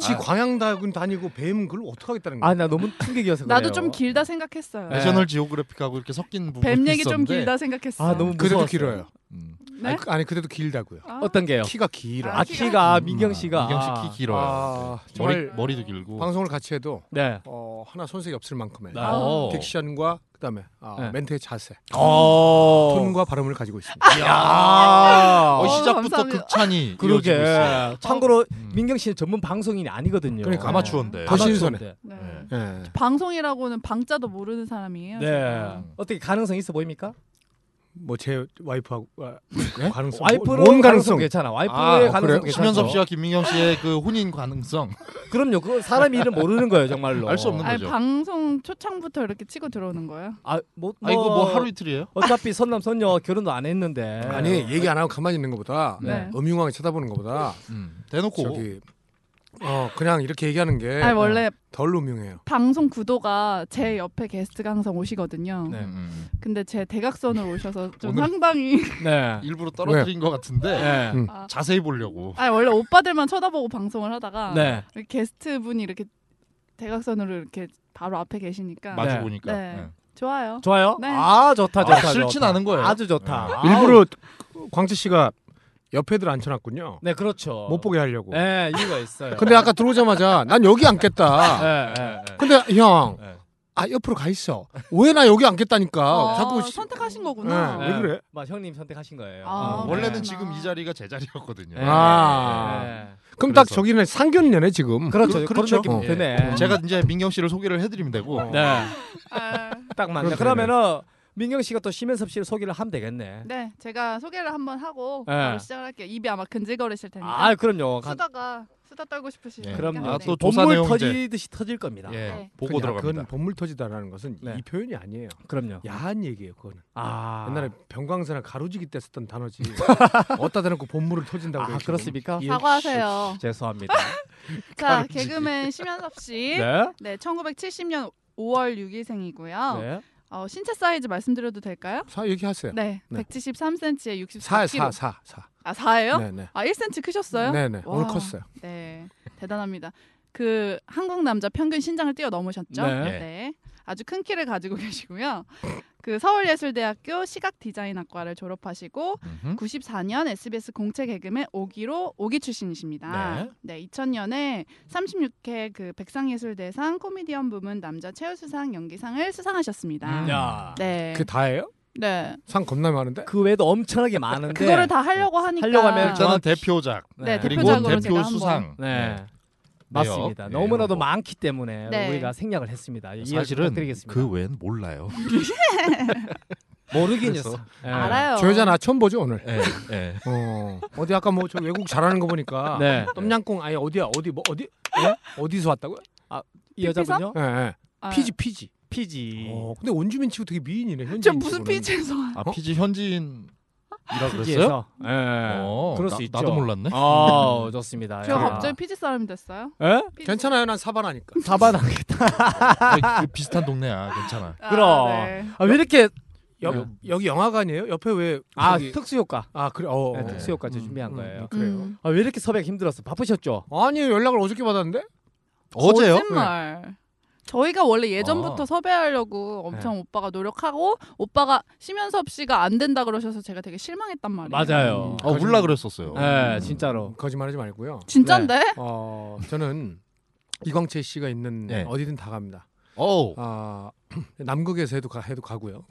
[SPEAKER 5] 지 광양 다군 다니고 뱀 그걸 어떻게 하겠다는 거야?
[SPEAKER 3] 아 나 너무 충격이어서 그래요.
[SPEAKER 2] 나도 좀 길다 생각했어요.
[SPEAKER 3] 네.
[SPEAKER 4] 내셔널 지오그래픽하고 이렇게 섞인 부분이
[SPEAKER 2] 뱀 얘기 좀
[SPEAKER 4] 있었는데
[SPEAKER 2] 길다 생각했어.
[SPEAKER 3] 아 너무
[SPEAKER 5] 그래도
[SPEAKER 3] 무서웠어요.
[SPEAKER 5] 길어요.
[SPEAKER 4] 음.
[SPEAKER 2] 네?
[SPEAKER 5] 아니, 그- 아니 그래도 길다고요.
[SPEAKER 2] 아,
[SPEAKER 3] 어떤 게요?
[SPEAKER 5] 키가 길어.
[SPEAKER 2] 아,
[SPEAKER 3] 아 키가 민경 씨가
[SPEAKER 4] 음, 민경 씨키 길어요.
[SPEAKER 5] 아,
[SPEAKER 4] 네.
[SPEAKER 5] 정말
[SPEAKER 4] 머리 머리도 길고.
[SPEAKER 5] 방송을 같이 해도
[SPEAKER 3] 네.
[SPEAKER 5] 어, 하나 손색이 없을 만큼의
[SPEAKER 3] 네.
[SPEAKER 4] 어.
[SPEAKER 5] 딕션과 그다음에 아,
[SPEAKER 3] 네.
[SPEAKER 5] 멘트의 자세,
[SPEAKER 3] 어.
[SPEAKER 5] 톤과 발음을 가지고 있습니다.
[SPEAKER 3] 야.
[SPEAKER 4] 어,
[SPEAKER 2] 어,
[SPEAKER 4] 시작부터
[SPEAKER 2] 감사합니다.
[SPEAKER 4] 극찬이
[SPEAKER 3] 그러게.
[SPEAKER 4] 이어지고 있어요.
[SPEAKER 3] 참고로
[SPEAKER 4] 음. 네,
[SPEAKER 3] 민경 씨는 전문 방송인이 아니거든요. 네.
[SPEAKER 5] 그러니까
[SPEAKER 4] 아마추어인데.
[SPEAKER 5] 더 신선해.
[SPEAKER 3] 아마추어인데.
[SPEAKER 2] 네.
[SPEAKER 4] 네.
[SPEAKER 5] 예.
[SPEAKER 2] 방송이라고는 방자도 모르는 사람이에요.
[SPEAKER 3] 네. 어떻게 가능성 있어 보입니까?
[SPEAKER 5] 뭐 제 와이프하고 아, 가능성
[SPEAKER 3] 어, 와이프로 가능성
[SPEAKER 5] 뭔 가능성
[SPEAKER 3] 괜찮아. 와이프의
[SPEAKER 5] 아, 그래요?
[SPEAKER 3] 가능성 괜찮죠.
[SPEAKER 4] 심연섭 씨와 김민경 씨의 그 혼인 가능성
[SPEAKER 3] 그럼요. 그 사람 이름 모르는 거예요, 정말로.
[SPEAKER 4] 알수 없는
[SPEAKER 2] 아니
[SPEAKER 4] 거죠.
[SPEAKER 2] 방송 초창부터 이렇게 치고 들어오는 거예요?
[SPEAKER 3] 아, 뭐,
[SPEAKER 4] 아 이거 뭐 하루 이틀이에요?
[SPEAKER 3] 어차피 선남 선녀 결혼도 안 했는데.
[SPEAKER 5] 아니 얘기 안 하고 가만히 있는 것보다
[SPEAKER 2] 네.
[SPEAKER 5] 음흉하게 쳐다보는 것보다
[SPEAKER 4] 음, 대놓고
[SPEAKER 5] 저기 어 그냥 이렇게 얘기하는 게
[SPEAKER 2] 네. 아니
[SPEAKER 5] 덜
[SPEAKER 2] 원래
[SPEAKER 5] 음흉해요.
[SPEAKER 2] 방송 구도가 제 옆에 게스트가 항상 오시거든요.
[SPEAKER 3] 네.
[SPEAKER 4] 음, 음.
[SPEAKER 2] 근데 제 대각선으로 오셔서 좀
[SPEAKER 4] 오늘-
[SPEAKER 2] 상당히
[SPEAKER 3] 네.
[SPEAKER 4] 일부러 떨어뜨린 것 같은데
[SPEAKER 3] 네.
[SPEAKER 5] 음.
[SPEAKER 2] 아,
[SPEAKER 4] 자세히 보려고.
[SPEAKER 2] 아니 원래 오빠들만 쳐다보고 방송을 하다가
[SPEAKER 3] 네.
[SPEAKER 2] 게스트 분이 이렇게 대각선으로 이렇게 바로 앞에 계시니까
[SPEAKER 4] 마주
[SPEAKER 3] 네.
[SPEAKER 4] 보니까
[SPEAKER 2] 네.
[SPEAKER 4] 네.
[SPEAKER 2] 좋아요.
[SPEAKER 3] 좋아요.
[SPEAKER 2] 네.
[SPEAKER 3] 아, 좋다,
[SPEAKER 4] 아,
[SPEAKER 3] 좋다.
[SPEAKER 4] 싫진
[SPEAKER 3] 좋다.
[SPEAKER 4] 않은 거예요.
[SPEAKER 3] 아주 좋다. 아우.
[SPEAKER 5] 일부러 광채 씨가 옆에들 앉혀놨군요.
[SPEAKER 3] 네, 그렇죠.
[SPEAKER 5] 못 보게 하려고.
[SPEAKER 3] 네, 이유가 있어요.
[SPEAKER 5] 근데 아까 들어오자마자 난 여기 앉겠다.
[SPEAKER 3] 네, 네, 네.
[SPEAKER 5] 근데 형,
[SPEAKER 3] 네.
[SPEAKER 5] 아 옆으로 가 있어. 왜 나 여기 앉겠다니까.
[SPEAKER 2] 어,
[SPEAKER 5] 아, 자꾸 씨-
[SPEAKER 2] 선택하신 거구나.
[SPEAKER 5] 네. 왜 그래?
[SPEAKER 3] 막 형님 선택하신 거예요.
[SPEAKER 2] 아,
[SPEAKER 3] 음.
[SPEAKER 4] 원래는
[SPEAKER 2] 그렇구나.
[SPEAKER 4] 지금 이 자리가 제 자리였거든요.
[SPEAKER 3] 네.
[SPEAKER 5] 아.
[SPEAKER 3] 네.
[SPEAKER 5] 그럼 딱
[SPEAKER 4] 그래서.
[SPEAKER 5] 저기는 상견례네 지금.
[SPEAKER 3] 그렇죠.
[SPEAKER 4] 그-
[SPEAKER 3] 그런
[SPEAKER 4] 그렇죠.
[SPEAKER 3] 느낌
[SPEAKER 5] 어.
[SPEAKER 4] 예.
[SPEAKER 3] 드네.
[SPEAKER 4] 제가 이제 민경 씨를 소개를 해드리면 되고
[SPEAKER 3] 네.
[SPEAKER 2] 아,
[SPEAKER 3] 딱 맞네.
[SPEAKER 5] 그럼
[SPEAKER 3] 그러면은 민경 씨가 또 심연섭 씨를 소개를 하면 되겠네.
[SPEAKER 2] 네, 제가 소개를 한번 하고
[SPEAKER 3] 네.
[SPEAKER 2] 바로 시작을 할게요. 입이 아마 근질거리실 테니까.
[SPEAKER 3] 아, 그럼요. 가-
[SPEAKER 2] 수다가 수다 떨고 싶으시니까.
[SPEAKER 4] 예.
[SPEAKER 3] 그럼요.
[SPEAKER 4] 아,
[SPEAKER 2] 네.
[SPEAKER 4] 또 조사
[SPEAKER 3] 본물
[SPEAKER 4] 내용 이제
[SPEAKER 3] 터지듯이 터질 겁니다.
[SPEAKER 4] 예,
[SPEAKER 2] 네.
[SPEAKER 4] 보고 들어갑니다.
[SPEAKER 5] 그건 본물 터지다라는 것은
[SPEAKER 3] 네.
[SPEAKER 5] 이 표현이 아니에요.
[SPEAKER 3] 그럼요.
[SPEAKER 5] 야한 얘기예요, 그거는.
[SPEAKER 3] 아,
[SPEAKER 5] 옛날에 병광세나 가로지기 때 썼던 단어지. 어디다 대놓고 본물을 터진다고
[SPEAKER 3] 아
[SPEAKER 5] 그러시고.
[SPEAKER 3] 그렇습니까?
[SPEAKER 5] 예.
[SPEAKER 2] 사과하세요.
[SPEAKER 3] 죄송합니다.
[SPEAKER 2] 자, 개그맨 심현섭 씨. 네.
[SPEAKER 3] 네.
[SPEAKER 2] 1970년 5월 6일생이고요.
[SPEAKER 3] 네.
[SPEAKER 2] 어, 신체 사이즈 말씀드려도 될까요?
[SPEAKER 5] 사 얘기하세요.
[SPEAKER 2] 네.
[SPEAKER 5] 네.
[SPEAKER 2] 173cm에 6 4
[SPEAKER 5] 사,
[SPEAKER 2] k
[SPEAKER 5] 사,
[SPEAKER 2] g
[SPEAKER 5] 사, 사.
[SPEAKER 2] 아, 4예요?
[SPEAKER 5] 네, 네.
[SPEAKER 2] 아, 1cm 크셨어요?
[SPEAKER 5] 네, 네. 오늘
[SPEAKER 2] 와.
[SPEAKER 5] 컸어요.
[SPEAKER 2] 네, 대단합니다. 그 한국 남자 평균 신장을 뛰어넘으셨죠?
[SPEAKER 3] 네.
[SPEAKER 4] 예.
[SPEAKER 2] 아주 큰 키를 가지고 계시고요. 그 서울예술대학교 시각디자인학과를 졸업하시고
[SPEAKER 4] 음흠.
[SPEAKER 2] 94년 SBS 공채 개그맨 오기로 오기 출신이십니다. 네, 2000년에 36회 그 백상예술대상 코미디언 부문 남자 최우수상 연기상을 수상하셨습니다.
[SPEAKER 4] 음.
[SPEAKER 3] 야.
[SPEAKER 2] 네,
[SPEAKER 5] 그게 다예요?
[SPEAKER 2] 네,
[SPEAKER 5] 상 겁나 많은데?
[SPEAKER 3] 그 외에도 엄청나게 많은데. 네.
[SPEAKER 2] 그거를 다 하려고 하니까
[SPEAKER 3] 하려고 하면 저-
[SPEAKER 4] 일단은 대표작
[SPEAKER 2] 네,
[SPEAKER 4] 그리고
[SPEAKER 2] 대표작으로 제가
[SPEAKER 4] 대표
[SPEAKER 2] 한번.
[SPEAKER 4] 수상
[SPEAKER 3] 네.
[SPEAKER 4] 네.
[SPEAKER 3] 맞습니다.
[SPEAKER 4] 네,
[SPEAKER 3] 너무나도
[SPEAKER 4] 뭐.
[SPEAKER 3] 많기 때문에
[SPEAKER 2] 네.
[SPEAKER 3] 우리가 생략을 했습니다. 이해를
[SPEAKER 4] 사실은
[SPEAKER 3] 부탁드리겠습니다. 네.
[SPEAKER 4] 그 외엔 몰라요.
[SPEAKER 3] 모르긴 네,
[SPEAKER 4] 그래서.
[SPEAKER 3] 했어. 예.
[SPEAKER 2] 알아요.
[SPEAKER 5] 저 여자 나 처음 보죠 오늘.
[SPEAKER 4] 예, 예.
[SPEAKER 5] 어. 어디 아까 뭐 저 외국 잘하는 거 보니까.
[SPEAKER 3] 네.
[SPEAKER 5] 똠양꿍 아니 어디야 어디 뭐 어디 예? 어디서 왔다고요?
[SPEAKER 3] 이 여자분요? 네.
[SPEAKER 5] 예, 어, 예.
[SPEAKER 2] 아,
[SPEAKER 5] 피지 피지.
[SPEAKER 3] 피지. 아,
[SPEAKER 5] 어, 근데 원주민 치고 되게 미인이네 현지.
[SPEAKER 2] 저 무슨 피지에서
[SPEAKER 4] 아 피지 현지인 이라 그랬어요?
[SPEAKER 3] 피지에서. 예.
[SPEAKER 4] 어,
[SPEAKER 3] 그럴
[SPEAKER 4] 나-
[SPEAKER 3] 수 있죠.
[SPEAKER 4] 나도 몰랐네.
[SPEAKER 3] 아, 좋습니다.
[SPEAKER 2] 저
[SPEAKER 3] 야.
[SPEAKER 2] 갑자기 피지 사람이 됐어요?
[SPEAKER 3] 예?
[SPEAKER 2] 피지
[SPEAKER 5] 괜찮아요. 난 사바라니까.
[SPEAKER 3] 사바나겠다.
[SPEAKER 4] 아, 그 비슷한 동네야. 괜찮아.
[SPEAKER 2] 사람?
[SPEAKER 3] 그럼.
[SPEAKER 2] 아, 네.
[SPEAKER 3] 아, 왜 이렇게 네.
[SPEAKER 5] 여,
[SPEAKER 4] 음.
[SPEAKER 5] 여기 영화관이에요? 옆에 왜?
[SPEAKER 3] 아,
[SPEAKER 5] 저기-
[SPEAKER 3] 특수 효과.
[SPEAKER 5] 아 그래. 어,
[SPEAKER 3] 네,
[SPEAKER 5] 어.
[SPEAKER 3] 특수 효과제
[SPEAKER 5] 음,
[SPEAKER 3] 준비한
[SPEAKER 5] 음,
[SPEAKER 3] 거예요.
[SPEAKER 5] 그래요.
[SPEAKER 2] 음.
[SPEAKER 3] 아, 왜 이렇게 섭외 힘들었어? 바쁘셨죠?
[SPEAKER 5] 아니 연락을 어저께 받았는데?
[SPEAKER 4] 어제요? 네.
[SPEAKER 2] 거짓말. 저희가 원래 예전부터
[SPEAKER 4] 아. 네.
[SPEAKER 2] 섭외하려고 엄청 오빠가 노력하고 오빠가 심연섭 씨가 안 된다 그러셔서 제가 되게 실망했단 말이에요.
[SPEAKER 3] 맞아요.
[SPEAKER 4] 어, 울라 그랬었어요.
[SPEAKER 3] 예, 진짜로.
[SPEAKER 5] 거짓말하지 말고요.
[SPEAKER 4] 네.
[SPEAKER 2] 진짠데?
[SPEAKER 5] 어, 저는 이광채 씨가 있는
[SPEAKER 4] 네.
[SPEAKER 5] 어디든 다 갑니다.
[SPEAKER 4] 어우.
[SPEAKER 5] 아 남극에서 해도 가 해도 가고요.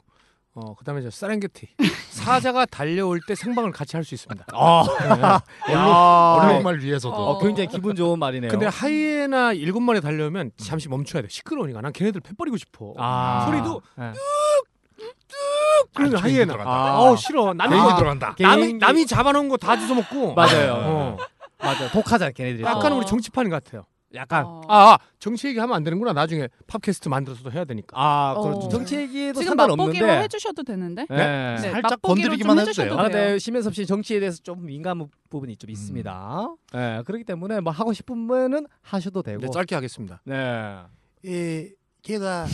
[SPEAKER 5] 어 그다음에 저 사렌게티 사자가 달려올 때 생방을 같이 할 수 있습니다.
[SPEAKER 3] 아, 야.
[SPEAKER 4] 얼룩말 위에서도.
[SPEAKER 3] 아, 어, 굉장히 기분 좋은 말이네요.
[SPEAKER 5] 근데 하이에나 일곱 마리 달려오면 잠시 멈춰야 돼. 시끄러우니까 난 걔네들 패버리고 싶어.
[SPEAKER 3] 아.
[SPEAKER 5] 소리도
[SPEAKER 3] 예.
[SPEAKER 5] 그러면
[SPEAKER 4] 아,
[SPEAKER 5] 하이에나.
[SPEAKER 4] 들어간다.
[SPEAKER 5] 아,
[SPEAKER 3] 아,
[SPEAKER 5] 어 싫어. 남이
[SPEAKER 4] 개인
[SPEAKER 5] 거-
[SPEAKER 4] 들어간다.
[SPEAKER 5] 남이
[SPEAKER 3] 개인-
[SPEAKER 5] 남이 잡아놓은 거 다 주워먹고.
[SPEAKER 3] 맞아요. 네.
[SPEAKER 5] 어,
[SPEAKER 3] 맞아. 독하잖아, 걔네들이. 또.
[SPEAKER 5] 예. 약간
[SPEAKER 2] 어.
[SPEAKER 5] 우리 정치판 같아요.
[SPEAKER 3] 약간
[SPEAKER 2] 어.
[SPEAKER 5] 아, 아 정치 얘기하면 안 되는구나. 나중에 팟캐스트 만들어서도 해야 되니까.
[SPEAKER 3] 아,
[SPEAKER 2] 어.
[SPEAKER 3] 그렇죠. 정치 얘기도
[SPEAKER 2] 지금
[SPEAKER 3] 상관없는데.
[SPEAKER 2] 맛보기로 해주셔도 되는데.
[SPEAKER 3] 예.
[SPEAKER 2] 네,
[SPEAKER 4] 살짝
[SPEAKER 2] 맛보기로
[SPEAKER 4] 건드리기만
[SPEAKER 2] 좀
[SPEAKER 4] 해도 돼요.
[SPEAKER 2] 해주셔도
[SPEAKER 3] 아, 근데 심연섭 씨 정치에 대해서 좀 민감한 부분이 좀 있습니다. 네, 그렇기 때문에 뭐 하고 싶으면은 하셔도 되고.
[SPEAKER 5] 네, 짧게 하겠습니다.
[SPEAKER 3] 네.
[SPEAKER 7] 예, 제가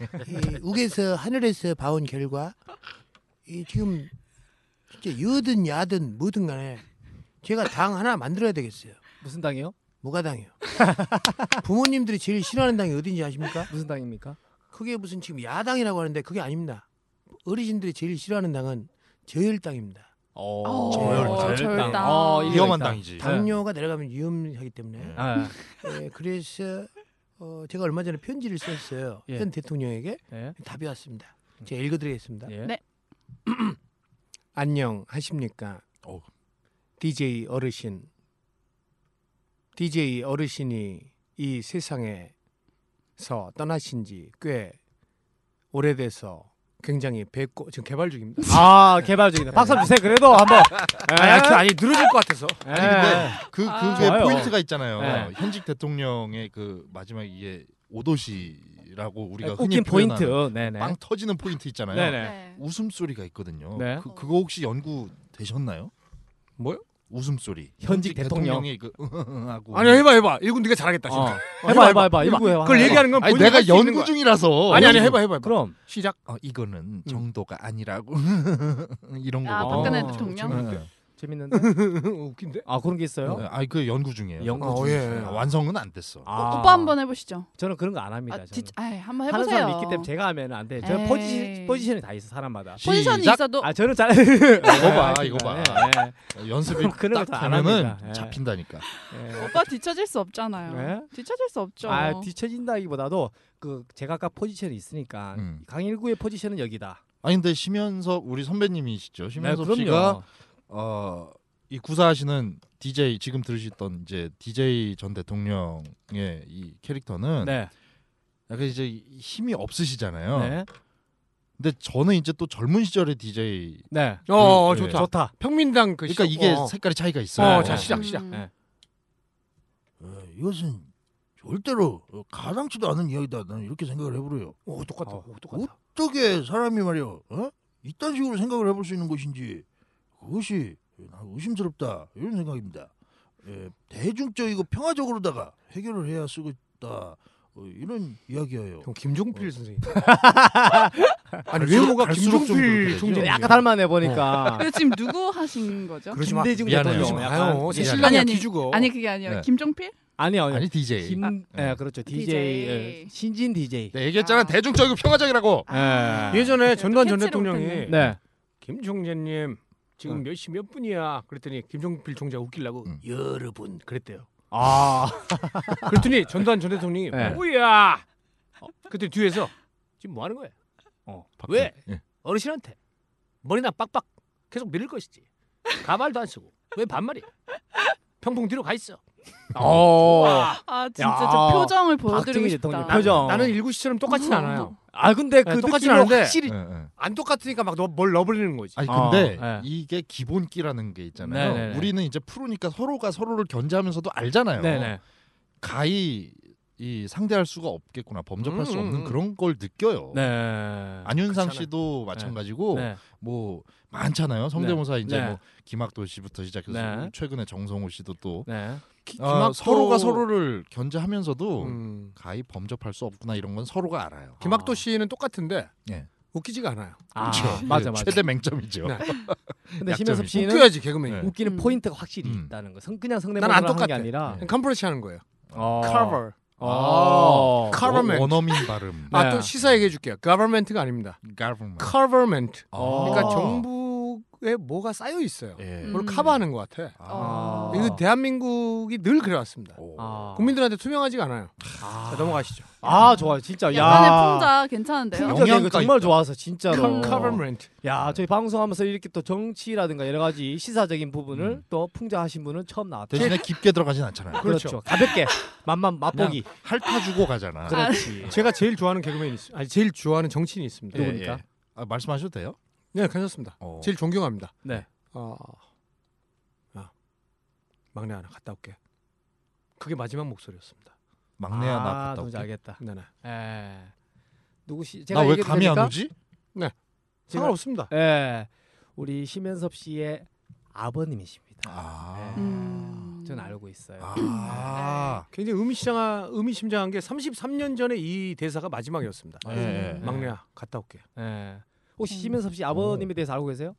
[SPEAKER 7] 이 욱에서 하늘에서 봐온 결과 이 지금 진짜 여든 야든 뭐든 간에 제가 당 하나 만들어야 되겠어요.
[SPEAKER 3] 무슨 당이요?
[SPEAKER 7] 무가당이요. 부모님들이 제일 싫어하는 당이 어딘지 아십니까?
[SPEAKER 3] 무슨 당입니까?
[SPEAKER 7] 그게 무슨 지금 야당이라고 하는데 그게 아닙니다. 어르신들이 제일 싫어하는 당은 저혈당입니다.
[SPEAKER 2] 어,
[SPEAKER 4] 저혈당.
[SPEAKER 2] 저혈당.
[SPEAKER 3] 어,
[SPEAKER 4] 아,
[SPEAKER 3] 일리가
[SPEAKER 4] 위험한
[SPEAKER 3] 있다.
[SPEAKER 4] 당이지.
[SPEAKER 5] 예.
[SPEAKER 7] 당뇨가 내려가면 위험하기 때문에
[SPEAKER 3] 네.
[SPEAKER 7] 예, 그래서 어, 제가 얼마 전에 편지를 썼어요.
[SPEAKER 3] 예.
[SPEAKER 7] 현 대통령에게
[SPEAKER 3] 네.
[SPEAKER 7] 답이 왔습니다. 제가 읽어드리겠습니다.
[SPEAKER 3] 예.
[SPEAKER 2] 네.
[SPEAKER 5] 안녕하십니까?
[SPEAKER 4] 어우.
[SPEAKER 5] DJ 어르신. DJ 어르신이 이 세상에서 떠나신 지 꽤 오래돼서 굉장히 뵙고 지금 개발 중입니다.
[SPEAKER 3] 아, 개발 중이다. 박수 한번 주세요. 그래도 한번.
[SPEAKER 5] 아, 아니, 아니 늘어질 것 같아서.
[SPEAKER 3] 예.
[SPEAKER 4] 아니 근데 그
[SPEAKER 2] 아.
[SPEAKER 4] 그게
[SPEAKER 3] 좋아요.
[SPEAKER 4] 포인트가 있잖아요.
[SPEAKER 3] 네.
[SPEAKER 4] 현직 대통령의 그 마지막 이게 오도시라고 우리가 흔히
[SPEAKER 3] 웃긴
[SPEAKER 4] 표현하는
[SPEAKER 3] 예, 포인트. 네네.
[SPEAKER 4] 빵 터지는 포인트 있잖아요.
[SPEAKER 3] 네네.
[SPEAKER 2] 네.
[SPEAKER 4] 웃음소리가 있거든요.
[SPEAKER 3] 네.
[SPEAKER 4] 그, 그거 혹시 연구 되셨나요?
[SPEAKER 5] 뭐요?
[SPEAKER 4] 웃음소리.
[SPEAKER 3] 현직 대통령.
[SPEAKER 4] 대통령이 그 하고
[SPEAKER 5] 어. 아니 해봐 해봐. 일군 네가 잘하겠다.
[SPEAKER 3] 어.
[SPEAKER 5] 진짜.
[SPEAKER 3] 해봐, 해봐, 해봐. 일구 해봐.
[SPEAKER 5] 그걸 얘기하는 건
[SPEAKER 4] 아니,
[SPEAKER 5] 본인이 할수
[SPEAKER 4] 내가
[SPEAKER 5] 있는
[SPEAKER 4] 연구
[SPEAKER 5] 거야.
[SPEAKER 4] 중이라서
[SPEAKER 5] 아니 아니 해봐 해봐. 해봐.
[SPEAKER 3] 그럼.
[SPEAKER 5] 시작.
[SPEAKER 4] 어, 이거는 정도가 아니라고 이런
[SPEAKER 2] 아,
[SPEAKER 4] 거거든요.
[SPEAKER 2] 박근혜
[SPEAKER 3] 어,
[SPEAKER 2] 대통령.
[SPEAKER 4] 네.
[SPEAKER 3] 재밌는데?
[SPEAKER 5] 웃긴데.
[SPEAKER 3] 아, 그런 게 있어요?
[SPEAKER 4] 네, 아니 그 연구 중이에요.
[SPEAKER 3] 연구
[SPEAKER 4] 어,
[SPEAKER 5] 중이에요.
[SPEAKER 4] 예, 예. 완성은 안 됐어.
[SPEAKER 3] 아.
[SPEAKER 2] 오빠 한번 해보시죠.
[SPEAKER 3] 저는 그런 거 안 합니다.
[SPEAKER 2] 아,
[SPEAKER 3] 저는.
[SPEAKER 2] 진짜, 에이, 한번
[SPEAKER 3] 하는
[SPEAKER 2] 해보세요.
[SPEAKER 3] 사람이 있기 때문에 제가 하면 안 돼. 저는
[SPEAKER 2] 에이.
[SPEAKER 3] 포지션, 포지션이 다 있어, 사람마다.
[SPEAKER 2] 포지션이
[SPEAKER 4] 시작!
[SPEAKER 2] 있어도
[SPEAKER 3] 아, 저는 잘. 이거
[SPEAKER 4] 봐, 이거 봐. 연습이
[SPEAKER 3] 그런 거
[SPEAKER 4] 딱
[SPEAKER 3] 잘안
[SPEAKER 4] 하면은
[SPEAKER 3] 합니다. 예.
[SPEAKER 4] 잡힌다니까.
[SPEAKER 2] 오빠 뒤처질 수 없잖아요. 뒤처질 수 없죠.
[SPEAKER 3] 네? 아 뒤처진다기보다도 그 제가 아까 포지션이 있으니까
[SPEAKER 4] 음.
[SPEAKER 3] 강일구의 포지션은 여기다.
[SPEAKER 4] 아니 근데 심연섭 우리 선배님이시죠. 심연섭
[SPEAKER 3] 네,
[SPEAKER 4] 씨가 어이 구사하시는 DJ 지금 들으셨던 이제 DJ 전 대통령의 이 캐릭터는
[SPEAKER 3] 네.
[SPEAKER 4] 약간 이제 힘이 없으시잖아요.
[SPEAKER 3] 네.
[SPEAKER 4] 근데 저는 이제 또 젊은 시절의 DJ
[SPEAKER 3] 네.
[SPEAKER 5] 어, 어
[SPEAKER 4] 예.
[SPEAKER 5] 좋다.
[SPEAKER 3] 좋다.
[SPEAKER 5] 평민당 그
[SPEAKER 4] 그러니까
[SPEAKER 5] 시-
[SPEAKER 4] 이게
[SPEAKER 5] 어.
[SPEAKER 4] 색깔이 차이가 있어요.
[SPEAKER 5] 어, 자 시작 시작.
[SPEAKER 2] 음.
[SPEAKER 3] 네.
[SPEAKER 7] 어, 이것은 절대로 어, 가당치도 않은 이야기다. 나는 이렇게 생각을 해보래요.
[SPEAKER 5] 오 똑같다. 오, 어, 똑같다.
[SPEAKER 7] 어떻게 사람이 말이야, 어? 이딴 식으로 생각을 해볼 수 있는 것인지 그것이 난 의심스럽다 이런 생각입니다. 예, 대중적이고 평화적으로다가 해결을 해야 쓰겠다 어, 이런 이야기예요.
[SPEAKER 5] 형 김종필 선생님. 아니 외모가
[SPEAKER 4] 갈수록 좀 그렇게
[SPEAKER 5] 김종필
[SPEAKER 4] 되죠.
[SPEAKER 5] 총재
[SPEAKER 3] 약간 닮아내 보니까.
[SPEAKER 2] 근데 지금 누구 하신 거죠?
[SPEAKER 5] 그러지 마.
[SPEAKER 3] 김대중
[SPEAKER 4] 미안해요.
[SPEAKER 3] 대통령
[SPEAKER 5] 아유,
[SPEAKER 3] 약간
[SPEAKER 4] 예.
[SPEAKER 5] 신랑이
[SPEAKER 2] 아니, 아니.
[SPEAKER 5] 기죽어.
[SPEAKER 2] 아니 그게 아니에요.
[SPEAKER 4] 네.
[SPEAKER 2] 김종필?
[SPEAKER 3] 아니요 아니요.
[SPEAKER 4] 아니 DJ.
[SPEAKER 3] 김, 예,
[SPEAKER 4] 네.
[SPEAKER 2] 음.
[SPEAKER 3] 그렇죠. DJ,
[SPEAKER 2] DJ.
[SPEAKER 3] 예, 신진 DJ.
[SPEAKER 4] 네, 얘기했잖아
[SPEAKER 2] 아.
[SPEAKER 4] 대중적이고 평화적이라고.
[SPEAKER 3] 아.
[SPEAKER 5] 예전에 전두환 전
[SPEAKER 2] 캐치를
[SPEAKER 5] 대통령이
[SPEAKER 2] 못했네.
[SPEAKER 3] 네.
[SPEAKER 5] 김종재님 지금
[SPEAKER 3] 응.
[SPEAKER 5] 몇 시 몇 분이야? 그랬더니 김종필 총재가 웃기려고
[SPEAKER 4] 응.
[SPEAKER 5] 여러분 그랬대요.
[SPEAKER 3] 아.
[SPEAKER 5] 그랬더니 전두환 전 대통령이
[SPEAKER 3] 네.
[SPEAKER 5] 뭐야? 어, 그때 뒤에서 지금 뭐 하는 거야?
[SPEAKER 3] 어.
[SPEAKER 5] 왜
[SPEAKER 4] 예.
[SPEAKER 5] 어르신한테 머리나 빡빡 계속 밀릴 것이지. 가발도 안 쓰고 왜 반말이야? 평풍 뒤로 가 있어.
[SPEAKER 3] 어.
[SPEAKER 5] 와,
[SPEAKER 2] 아 진짜
[SPEAKER 3] 야,
[SPEAKER 2] 저 표정을
[SPEAKER 3] 박정희
[SPEAKER 2] 보여드리고
[SPEAKER 3] 대통령
[SPEAKER 2] 싶다.
[SPEAKER 3] 표정.
[SPEAKER 5] 나는 일구 씨처럼 똑같진 않아요.
[SPEAKER 3] 아 근데 어. 그
[SPEAKER 5] 네, 똑같진
[SPEAKER 3] 느낌으로
[SPEAKER 5] 않은데.
[SPEAKER 3] 확실히
[SPEAKER 4] 예, 예.
[SPEAKER 5] 안 똑같으니까 막뭘 넣어버리는 거지.
[SPEAKER 4] 아니
[SPEAKER 3] 어,
[SPEAKER 4] 근데
[SPEAKER 3] 네.
[SPEAKER 4] 이게 기본기라는 게 있잖아요.
[SPEAKER 3] 네네네.
[SPEAKER 4] 네,
[SPEAKER 3] 어. 네,
[SPEAKER 4] 우리는 이제 프로니까 서로가 서로를 견제하면서도 알잖아요.
[SPEAKER 3] 네네.
[SPEAKER 4] 가히 이 상대할 수가 없겠구나 범접할 수
[SPEAKER 5] 음,
[SPEAKER 4] 없는
[SPEAKER 5] 음.
[SPEAKER 4] 그런 걸 느껴요.
[SPEAKER 3] 네.
[SPEAKER 4] 안윤상
[SPEAKER 5] 그렇잖아요.
[SPEAKER 4] 씨도 마찬가지고
[SPEAKER 3] 네.
[SPEAKER 4] 뭐 많잖아요. 성대모사 이제
[SPEAKER 3] 네.
[SPEAKER 4] 뭐 김학도 씨부터 시작해서
[SPEAKER 3] 네.
[SPEAKER 4] 최근에 정성호 씨도 또
[SPEAKER 3] 네.
[SPEAKER 4] 아, 서로가 서로를 견제하면서도
[SPEAKER 5] 음.
[SPEAKER 4] 가히 범접할 수 없구나 이런 건 서로가 알아요.
[SPEAKER 5] 김학도 씨는 똑같은데
[SPEAKER 4] 예.
[SPEAKER 5] 웃기지가 않아요.
[SPEAKER 3] 아,
[SPEAKER 4] 그렇죠.
[SPEAKER 3] 맞아 맞아.
[SPEAKER 4] 최대 맹점이죠. 어,
[SPEAKER 5] 네.
[SPEAKER 3] 근데
[SPEAKER 4] 약점이-
[SPEAKER 3] 심혜섭 씨는
[SPEAKER 5] 웃겨야지 개그맨이.
[SPEAKER 4] 네.
[SPEAKER 3] 웃기는
[SPEAKER 2] 음.
[SPEAKER 3] 포인트가 확실히
[SPEAKER 4] 음.
[SPEAKER 3] 있다는 거. 성 그냥
[SPEAKER 5] 난안
[SPEAKER 3] 성대모사를 하는 게
[SPEAKER 5] 똑같아.
[SPEAKER 3] 아니라
[SPEAKER 4] 네.
[SPEAKER 5] 컴프레시 하는 거예요.
[SPEAKER 3] 어.
[SPEAKER 5] cover.
[SPEAKER 3] 어.
[SPEAKER 5] 카- government.
[SPEAKER 4] 원어민 발음.
[SPEAKER 5] 아,
[SPEAKER 3] 네.
[SPEAKER 5] 또 시사 얘기해 줄게요. government가 아닙니다.
[SPEAKER 4] government.
[SPEAKER 5] coverment.
[SPEAKER 4] 아.
[SPEAKER 5] 그러니까
[SPEAKER 3] 어.
[SPEAKER 5] 정부에 뭐가 쌓여 있어요.
[SPEAKER 4] 예.
[SPEAKER 2] 음.
[SPEAKER 5] 그걸 커버하는 것 같아.
[SPEAKER 2] 어.
[SPEAKER 5] 이거 대한민국이 늘 그래왔습니다.
[SPEAKER 4] 오.
[SPEAKER 3] 아.
[SPEAKER 5] 국민들한테 투명하지가 않아요.
[SPEAKER 3] 아.
[SPEAKER 5] 자, 넘어가시죠.
[SPEAKER 3] 아 좋아요 진짜
[SPEAKER 2] 약간의
[SPEAKER 3] 야
[SPEAKER 2] 풍자 괜찮은데요.
[SPEAKER 4] 풍자.
[SPEAKER 3] 풍자 이거
[SPEAKER 4] 영양가
[SPEAKER 3] 정말 좋아서 진짜로
[SPEAKER 5] coverment.
[SPEAKER 3] 야 저희 방송하면서 이렇게 또 정치라든가 여러 가지 시사적인 부분을
[SPEAKER 4] 음.
[SPEAKER 3] 또 풍자하신 분은 처음 나왔죠
[SPEAKER 4] 대신에 깊게 들어가진 않잖아요.
[SPEAKER 3] 그렇죠.
[SPEAKER 5] 그렇죠.
[SPEAKER 3] 가볍게 맛만 맛보기
[SPEAKER 4] 핥아 주고 가잖아.
[SPEAKER 3] 그렇지
[SPEAKER 5] 제가 제일 좋아하는 개그맨이 있어요. 아니 제일 좋아하는 정치인이 있습니다.
[SPEAKER 4] 예,
[SPEAKER 3] 누구입니까?
[SPEAKER 4] 예. 아, 말씀하셔도 돼요?
[SPEAKER 5] 네, 괜찮습니다.
[SPEAKER 4] 어.
[SPEAKER 5] 제일 존경합니다.
[SPEAKER 3] 네.
[SPEAKER 5] 어, 아, 막내 하나 갔다 올게. 그게 마지막 목소리였습니다.
[SPEAKER 4] 막내야 나
[SPEAKER 3] 아,
[SPEAKER 4] 갔다
[SPEAKER 3] 누군지
[SPEAKER 4] 올게.
[SPEAKER 3] 알겠다
[SPEAKER 5] 네네.
[SPEAKER 3] 예 누구시 제가
[SPEAKER 4] 나 왜
[SPEAKER 3] 얘기해도
[SPEAKER 4] 감이
[SPEAKER 3] 됩니까?
[SPEAKER 4] 안 오지?
[SPEAKER 3] 제가-
[SPEAKER 5] 상관없습니다.
[SPEAKER 3] 예 우리 심연섭 씨의 아버님이십니다
[SPEAKER 4] 아.
[SPEAKER 3] 예.
[SPEAKER 2] 음.
[SPEAKER 3] 저는 알고 있어요
[SPEAKER 4] 아.
[SPEAKER 5] 굉장히 의미심장한 의미심장한 게 33년 전에 이 대사가 마지막이었습니다.
[SPEAKER 4] 예, 예.
[SPEAKER 3] 네.
[SPEAKER 5] 막내야 갔다 올게.
[SPEAKER 3] 예 혹시
[SPEAKER 2] 음.
[SPEAKER 3] 심연섭 씨 아버님에 대해서 알고 계세요?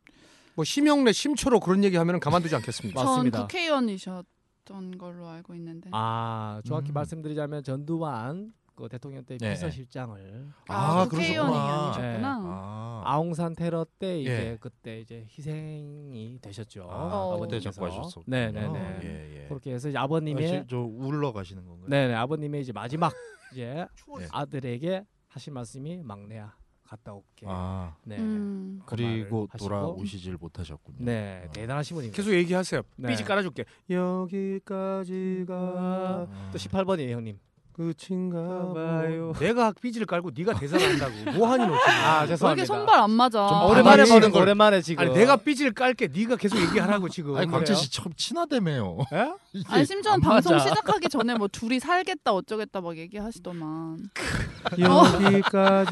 [SPEAKER 5] 뭐 심형래 심초로 그런 얘기 하면 가만두지 않겠습니다.
[SPEAKER 3] 맞-
[SPEAKER 2] 전
[SPEAKER 3] 맞습니다.
[SPEAKER 2] 국회의원이셨던 걸로 알고 있는데.
[SPEAKER 3] 아 정확히
[SPEAKER 4] 음.
[SPEAKER 3] 말씀드리자면 전두환 그 대통령 때
[SPEAKER 4] 예, 예.
[SPEAKER 3] 비서실장을
[SPEAKER 4] 아,
[SPEAKER 2] 국회의원이
[SPEAKER 4] 그러셨구나.
[SPEAKER 3] 네.
[SPEAKER 2] 아니셨구나.
[SPEAKER 4] 아.
[SPEAKER 3] 아웅산 테러 때 이제
[SPEAKER 4] 예.
[SPEAKER 3] 그때 이제 희생이 되셨죠.
[SPEAKER 4] 아, 그때
[SPEAKER 2] 아버님께서.
[SPEAKER 4] 자꾸 하셨어.
[SPEAKER 3] 네네네.
[SPEAKER 2] 예.
[SPEAKER 4] 예, 예.
[SPEAKER 3] 그렇게 해서 이제 아버님의
[SPEAKER 4] 아, 저 울러 가시는 건가요?
[SPEAKER 3] 네네 아버님의 이제 마지막 이제
[SPEAKER 4] 예.
[SPEAKER 3] 아들에게 하신 말씀이 막내야 갔다 올게.
[SPEAKER 4] 아.
[SPEAKER 3] 네.
[SPEAKER 2] 음.
[SPEAKER 3] 그 말을
[SPEAKER 4] 그리고
[SPEAKER 3] 하시고.
[SPEAKER 4] 돌아오시질 못하셨군요.
[SPEAKER 3] 네
[SPEAKER 4] 아.
[SPEAKER 3] 대단하신 분입니다.
[SPEAKER 5] 계속 얘기하세요.
[SPEAKER 3] 네.
[SPEAKER 5] 삐지 깔아줄게. 여기까지가
[SPEAKER 4] 아.
[SPEAKER 3] 또 18번이에요 형님.
[SPEAKER 5] 끝인가 봐요. 그 내가 삐지를 깔고 네가 대사를 한다고. 뭐하니 너 지금.
[SPEAKER 3] 아
[SPEAKER 2] 왜 이렇게
[SPEAKER 3] 죄송합니다.
[SPEAKER 2] 손발 안 맞아?
[SPEAKER 4] 좀
[SPEAKER 3] 오랜만에
[SPEAKER 4] 아니,
[SPEAKER 3] 보는
[SPEAKER 4] 지금-
[SPEAKER 3] 걸 오랜만에 지금.
[SPEAKER 5] 아니 내가 삐지를 깔게. 네가 계속 얘기하라고 지금.
[SPEAKER 4] 아니 광채 씨 처음 친하대매요.
[SPEAKER 5] 예?
[SPEAKER 2] 아니 심지어 방송
[SPEAKER 3] 맞아.
[SPEAKER 2] 시작하기 전에 뭐 둘이 살겠다 어쩌겠다 막 얘기하시더만.
[SPEAKER 5] 여기까지가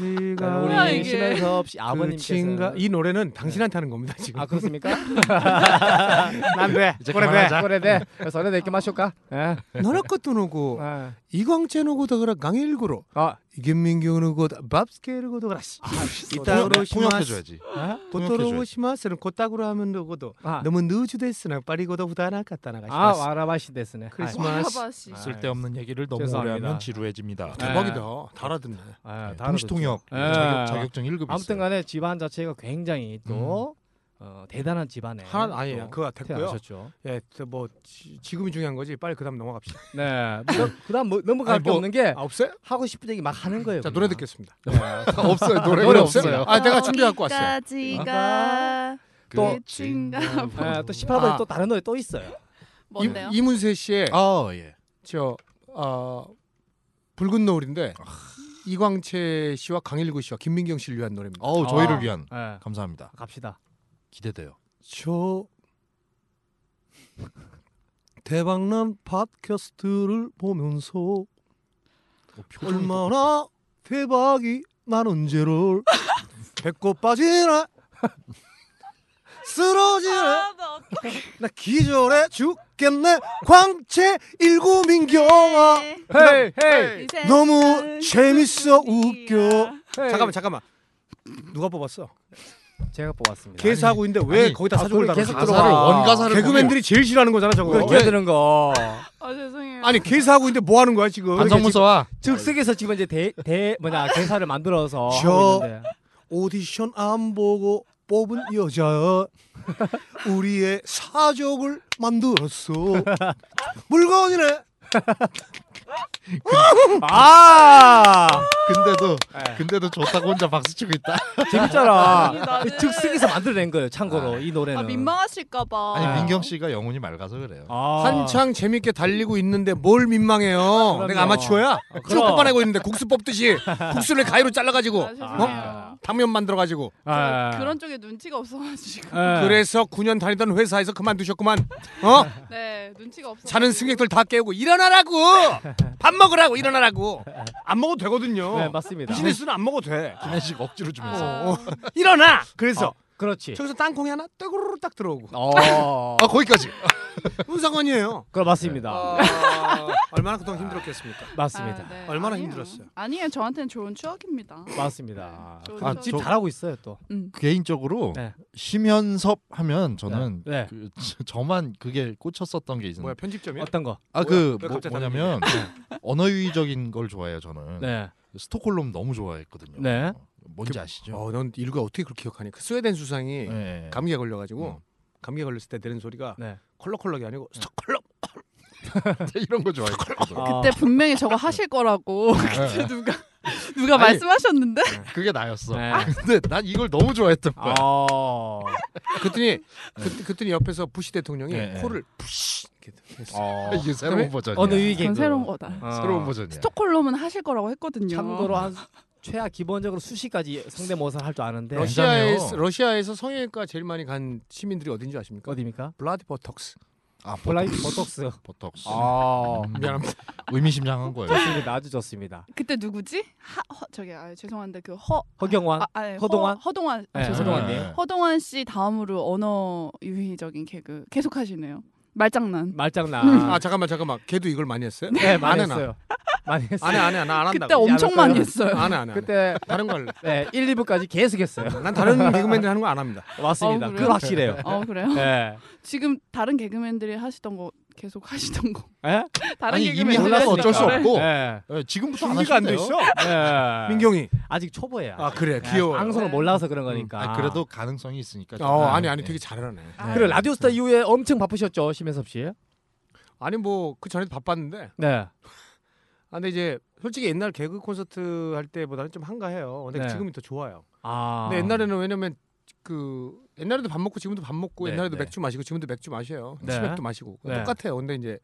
[SPEAKER 2] 뭐야,
[SPEAKER 3] 그러니까 아, 우리
[SPEAKER 2] 이게.
[SPEAKER 3] 심연섭 씨 아버님께서
[SPEAKER 5] 끝인가. 그 이 노래는 당신한테 하는 겁니다 지금.
[SPEAKER 3] 아 그렇습니까?
[SPEAKER 5] 난 돼.
[SPEAKER 4] 이제
[SPEAKER 5] 그래 돼.
[SPEAKER 4] 그만하자.
[SPEAKER 3] 그래네. 그래서 내게 마실까? 예.
[SPEAKER 5] 너네 것도 누구.
[SPEAKER 3] 예.
[SPEAKER 5] 이광재 누구다 그라 강일구로.
[SPEAKER 3] 아
[SPEAKER 5] 이김민규 누구다 밥스케 누구다 그라. 이따로 오시마스.
[SPEAKER 4] 네, 통역해줘야지.
[SPEAKER 5] 보토로 오시마스는 곧다구로 하면 누구도.
[SPEAKER 3] 아.
[SPEAKER 5] 너무 늦으됐으나 빠리고도 후다나 갔다나
[SPEAKER 3] 아
[SPEAKER 5] 가시마스.
[SPEAKER 3] 와라바시 데스네.
[SPEAKER 2] 뭐
[SPEAKER 5] 크리스마스.
[SPEAKER 4] 아,
[SPEAKER 2] 와라바시.
[SPEAKER 4] 쓸데없는 얘기를 너무
[SPEAKER 3] 죄송합니다.
[SPEAKER 4] 오래 하면 지루해집니다.
[SPEAKER 3] 네.
[SPEAKER 5] 달아듣네.
[SPEAKER 3] 아, 다른
[SPEAKER 4] 동시 통역
[SPEAKER 3] 거죠. 예.
[SPEAKER 4] 아, 자격, 자격증 1급 있어요.
[SPEAKER 3] 아무튼간에 집안 자체가 굉장히 또 어, 대단한 집안에
[SPEAKER 5] 하나 음. 아니에요.
[SPEAKER 3] 또
[SPEAKER 5] 그거 됐고요.
[SPEAKER 3] 태어나셨죠.
[SPEAKER 5] 예, 저뭐 지, 지금이 중요한 거지. 빨리 그다음 넘어갑시다.
[SPEAKER 3] 네. 뭐, 그다음 뭐, 넘어갈
[SPEAKER 5] 아니,
[SPEAKER 3] 게
[SPEAKER 5] 뭐-
[SPEAKER 3] 없는 게
[SPEAKER 5] 아, 없어요?
[SPEAKER 3] 하고 싶은 얘기 막 하는 거예요.
[SPEAKER 5] 자
[SPEAKER 3] 그냥.
[SPEAKER 5] 노래 듣겠습니다.
[SPEAKER 3] 네.
[SPEAKER 5] 없어요. 노래
[SPEAKER 3] 노래 없어요.
[SPEAKER 5] 아 내가 준비 갖고
[SPEAKER 2] 그러니까
[SPEAKER 5] 왔어요.
[SPEAKER 2] 여기까지가
[SPEAKER 4] 그
[SPEAKER 3] 또-
[SPEAKER 2] 끝인가 봐.
[SPEAKER 3] 네, 또 18번에
[SPEAKER 5] 아.
[SPEAKER 3] 또 다른 노래 또 있어요.
[SPEAKER 2] 뭔데요?
[SPEAKER 5] 이, 이문세 씨의
[SPEAKER 4] 아 예.
[SPEAKER 5] 저 어, 붉은 노을인데 이광채 씨와 강일구 씨와 김민경 씨를 위한 노래입니다.
[SPEAKER 4] 어우
[SPEAKER 3] 아.
[SPEAKER 4] 저희를 위한
[SPEAKER 3] 네.
[SPEAKER 4] 감사합니다.
[SPEAKER 3] 갑시다.
[SPEAKER 4] 기대돼요.
[SPEAKER 5] 저 대박난 팟캐스트를 보면서
[SPEAKER 4] 어, 표정이 또-
[SPEAKER 5] 얼마나 대박이 나는지를 배꼽 빠지네 쓰러지네
[SPEAKER 2] 아, 나 어떡해.
[SPEAKER 5] 나 기절해 죽겠네 광채 일구 민경아
[SPEAKER 3] 헤이 헤이.
[SPEAKER 2] 이 세상
[SPEAKER 5] 너무 재밌어 웃겨
[SPEAKER 2] 끝이야.
[SPEAKER 3] 네.
[SPEAKER 5] 잠깐만 잠깐만 누가 뽑았어?
[SPEAKER 3] 제가 뽑았습니다.
[SPEAKER 5] 개사하고 있는데 그러니까 왜
[SPEAKER 4] 아니,
[SPEAKER 5] 거기다
[SPEAKER 3] 아,
[SPEAKER 5] 사족을
[SPEAKER 3] 그걸 계속
[SPEAKER 5] 달아?
[SPEAKER 3] 들어와.
[SPEAKER 4] 가사를 원가사를
[SPEAKER 5] 개그맨들이 제일 싫어하는 거잖아 저거
[SPEAKER 3] 그걸 깨드는 거.
[SPEAKER 2] 아 죄송해요.
[SPEAKER 5] 아니 개사하고 있는데 뭐 하는 거야 지금
[SPEAKER 4] 반성문서와
[SPEAKER 3] 즉석에서 지금 이제 대, 대 뭐냐 개사를 만들어서
[SPEAKER 5] 저-
[SPEAKER 3] 하고 있는데.
[SPEAKER 5] 오디션 안 보고 뽑은 여자야 우리의 사족을 만들었어 물건이네
[SPEAKER 3] 아
[SPEAKER 4] 근데도
[SPEAKER 3] 네.
[SPEAKER 4] 근데도 좋다고 혼자 박수 치고 있다.
[SPEAKER 3] 재밌잖아.
[SPEAKER 2] 아니, 나는-
[SPEAKER 3] 즉석에서 만들어낸 거예요. 참고로 이 노래는.
[SPEAKER 2] 아 민망하실까봐.
[SPEAKER 4] 아니 민경 씨가 영혼이 맑아서 그래요.
[SPEAKER 3] 아.
[SPEAKER 5] 한창 재밌게 달리고 있는데 뭘 민망해요 내가 아마추어야
[SPEAKER 3] 그럼.
[SPEAKER 5] 쭉 어? 뽑아내고 아, 있는데 국수 뽑듯이 국수를 가위로 잘라가지고
[SPEAKER 2] 아, 죄송해요.
[SPEAKER 5] 당면 만들어 가지고.
[SPEAKER 3] 아.
[SPEAKER 2] 저 그런 쪽에 눈치가 없어가지고
[SPEAKER 3] 네.
[SPEAKER 5] 그래서 9년 다니던 회사에서 그만두셨구만. 어?
[SPEAKER 2] 네 눈치가 없어.
[SPEAKER 5] 자는 승객들 다 깨우고 일어나라고. 밥 먹으라고 일어나라고. 안 먹어도 되거든요.
[SPEAKER 3] 네 맞습니다.
[SPEAKER 5] 비즈니스는 안 먹어도 돼.
[SPEAKER 4] 기내식 억지로
[SPEAKER 2] 아,
[SPEAKER 4] 주면서
[SPEAKER 5] 어, 어. 일어나. 그래서
[SPEAKER 3] 그렇지.
[SPEAKER 5] 저기서 땅콩이 하나 떼구르르 딱 들어오고.
[SPEAKER 3] 아. 예. 어.
[SPEAKER 4] 아 거기까지
[SPEAKER 5] 무슨 상관이에요?
[SPEAKER 3] 그럼 맞습니다.
[SPEAKER 5] 아, 얼마나 그동안 힘들었겠습니까?
[SPEAKER 3] 네. 맞습니다.
[SPEAKER 2] 아,
[SPEAKER 5] 얼마나 힘들었어요?
[SPEAKER 2] 네. 아니에요. 저한테는 좋은 추억입니다.
[SPEAKER 3] 맞습니다.
[SPEAKER 2] 네,
[SPEAKER 4] 아,
[SPEAKER 2] 저-
[SPEAKER 3] 지금
[SPEAKER 4] 저-
[SPEAKER 3] 잘하고 있어요 또.
[SPEAKER 2] 음.
[SPEAKER 4] 개인적으로
[SPEAKER 3] 네.
[SPEAKER 4] 심연섭 하면 저는
[SPEAKER 3] 네.
[SPEAKER 4] 그, 저만 그게 꽂혔었던 게 있는데
[SPEAKER 5] 뭐야
[SPEAKER 4] 그-
[SPEAKER 5] 편집점이야?
[SPEAKER 3] 어떤 거?
[SPEAKER 4] 아그
[SPEAKER 5] 뭐야?
[SPEAKER 4] 뭐,
[SPEAKER 5] 왜 갑자기 다른
[SPEAKER 4] 뭐냐면 언어유의적인 걸 좋아해요 저는
[SPEAKER 3] 네.
[SPEAKER 4] 스톡홀름 너무 좋아했거든요
[SPEAKER 3] 네.
[SPEAKER 4] 어, 뭔지
[SPEAKER 5] 그-
[SPEAKER 4] 아시죠?
[SPEAKER 5] 어, 넌 일과 어떻게 그렇게 기억하니? 그 스웨덴 수상이
[SPEAKER 4] 네.
[SPEAKER 5] 감기에
[SPEAKER 4] 음.
[SPEAKER 5] 걸려가지고 감기에 걸렸을 때 내는 소리가
[SPEAKER 3] 네.
[SPEAKER 5] 컬럭컬럭이 아니고 스컬럭.
[SPEAKER 4] 이런 거 좋아했거든요
[SPEAKER 3] 아,
[SPEAKER 2] 그때 분명히 저거 하실
[SPEAKER 5] 아.
[SPEAKER 2] 거라고 그때 누가 누가
[SPEAKER 4] 아니,
[SPEAKER 2] 말씀하셨는데
[SPEAKER 4] 그게 나였어 아,
[SPEAKER 3] 네.
[SPEAKER 4] 근데 난 이걸 너무 좋아했던
[SPEAKER 3] 그-
[SPEAKER 4] 거야
[SPEAKER 3] 어.
[SPEAKER 5] 그랬더니 그, 그랬더니 옆에서 부시 대통령이
[SPEAKER 4] 네. 아,
[SPEAKER 5] 코를 푸시 이렇게 했어.
[SPEAKER 3] 어.
[SPEAKER 4] 이게 새로운 버전이야
[SPEAKER 3] 어느 아. 위계?
[SPEAKER 5] 그
[SPEAKER 2] 전 새로운 거다.
[SPEAKER 4] 새로운 버전이야
[SPEAKER 2] 스톡홀름은 하실 거라고 했거든요.
[SPEAKER 3] 참고로 한 최하 기본적으로 수시까지 성대모사를 할 줄 아는데
[SPEAKER 5] 러시아에서
[SPEAKER 4] 괜찮아요.
[SPEAKER 5] 러시아에서 성형외과 제일 많이 간 시민들이 어딘지 아십니까?
[SPEAKER 3] 어디입니까?
[SPEAKER 5] 블라디보톡스.
[SPEAKER 4] 아 보,
[SPEAKER 3] 블라이 보톡스.
[SPEAKER 4] 보톡스 음,
[SPEAKER 3] 아,
[SPEAKER 5] 미안합니다.
[SPEAKER 4] 의미심장한 거예요
[SPEAKER 3] 좋습니다. 아주 좋습니다.
[SPEAKER 2] 그때 누구지? 하, 허, 저기 아, 죄송한데 그 허
[SPEAKER 3] 허경환.
[SPEAKER 2] 아, 아니,
[SPEAKER 3] 허동환?
[SPEAKER 2] 허, 동환
[SPEAKER 3] 네,
[SPEAKER 2] 죄송해요.
[SPEAKER 3] 허동환. 죄송한데.
[SPEAKER 2] 허동환 씨 다음으로 언어 유희적인 개그 계속 하시네요.
[SPEAKER 3] 음,
[SPEAKER 2] 말장난.
[SPEAKER 3] 말장난.
[SPEAKER 5] 아 잠깐만 잠깐만. 걔도 이걸 많이 했어요?
[SPEAKER 3] 네, 많이
[SPEAKER 5] 안 해놔.
[SPEAKER 3] 했어요. 많이 했어요.
[SPEAKER 5] 안해 안해 나안 한다고.
[SPEAKER 2] 그때 엄청
[SPEAKER 3] 않을까요?
[SPEAKER 2] 많이 했어요.
[SPEAKER 5] 안해 안해. 그때
[SPEAKER 3] 그때
[SPEAKER 5] 다른 거 할래.
[SPEAKER 3] 네, 1, 2부까지 계속 했어요.
[SPEAKER 5] 난 다른 개그맨들 하는 거 안 합니다.
[SPEAKER 3] 맞습니다.
[SPEAKER 2] 어, 그래요?
[SPEAKER 3] 그건 확실해요.
[SPEAKER 2] 어 그래요?
[SPEAKER 3] 예.
[SPEAKER 2] 지금 다른 개그맨들이 하시던 거 계속 하시던 거.
[SPEAKER 3] 예?
[SPEAKER 2] 다른
[SPEAKER 4] 아니 이미
[SPEAKER 2] 개그맨들이
[SPEAKER 4] 하려면
[SPEAKER 2] 하시던
[SPEAKER 4] 어쩔 수
[SPEAKER 2] 거를.
[SPEAKER 4] 없고
[SPEAKER 3] 예.
[SPEAKER 4] 예, 지금부터 안 하셔도
[SPEAKER 5] 준비가 안 돼
[SPEAKER 4] 돼요
[SPEAKER 5] 있어.
[SPEAKER 3] 예.
[SPEAKER 5] 민경이.
[SPEAKER 3] 아직 초보예요.
[SPEAKER 5] 아 그래
[SPEAKER 3] 예,
[SPEAKER 5] 귀여워.
[SPEAKER 3] 방송을
[SPEAKER 2] 네.
[SPEAKER 3] 몰라서 그런 거니까.
[SPEAKER 4] 아 그래도 가능성이 있으니까
[SPEAKER 5] 어
[SPEAKER 4] 저는,
[SPEAKER 5] 아니 아니
[SPEAKER 4] 예.
[SPEAKER 5] 되게 잘하네.
[SPEAKER 2] 아,
[SPEAKER 3] 그래 라디오스타 이후에 엄청 바쁘셨죠 심혜섭 씨.
[SPEAKER 5] 아니 뭐 그 전에도 바빴는데.
[SPEAKER 3] 네.
[SPEAKER 5] 아 근데 이제 솔직히 옛날 개그 콘서트 할 때보다는 좀 한가해요. 근데
[SPEAKER 3] 네.
[SPEAKER 5] 지금이 더 좋아요.
[SPEAKER 3] 아.
[SPEAKER 5] 근데 옛날에는 왜냐면 그 옛날에도 밥 먹고 지금도 밥 먹고
[SPEAKER 4] 네,
[SPEAKER 5] 옛날에도
[SPEAKER 4] 네.
[SPEAKER 5] 맥주 마시고 지금도 맥주 마셔요.
[SPEAKER 3] 네.
[SPEAKER 5] 치맥도 마시고
[SPEAKER 3] 네.
[SPEAKER 5] 똑같아요. 근데 이제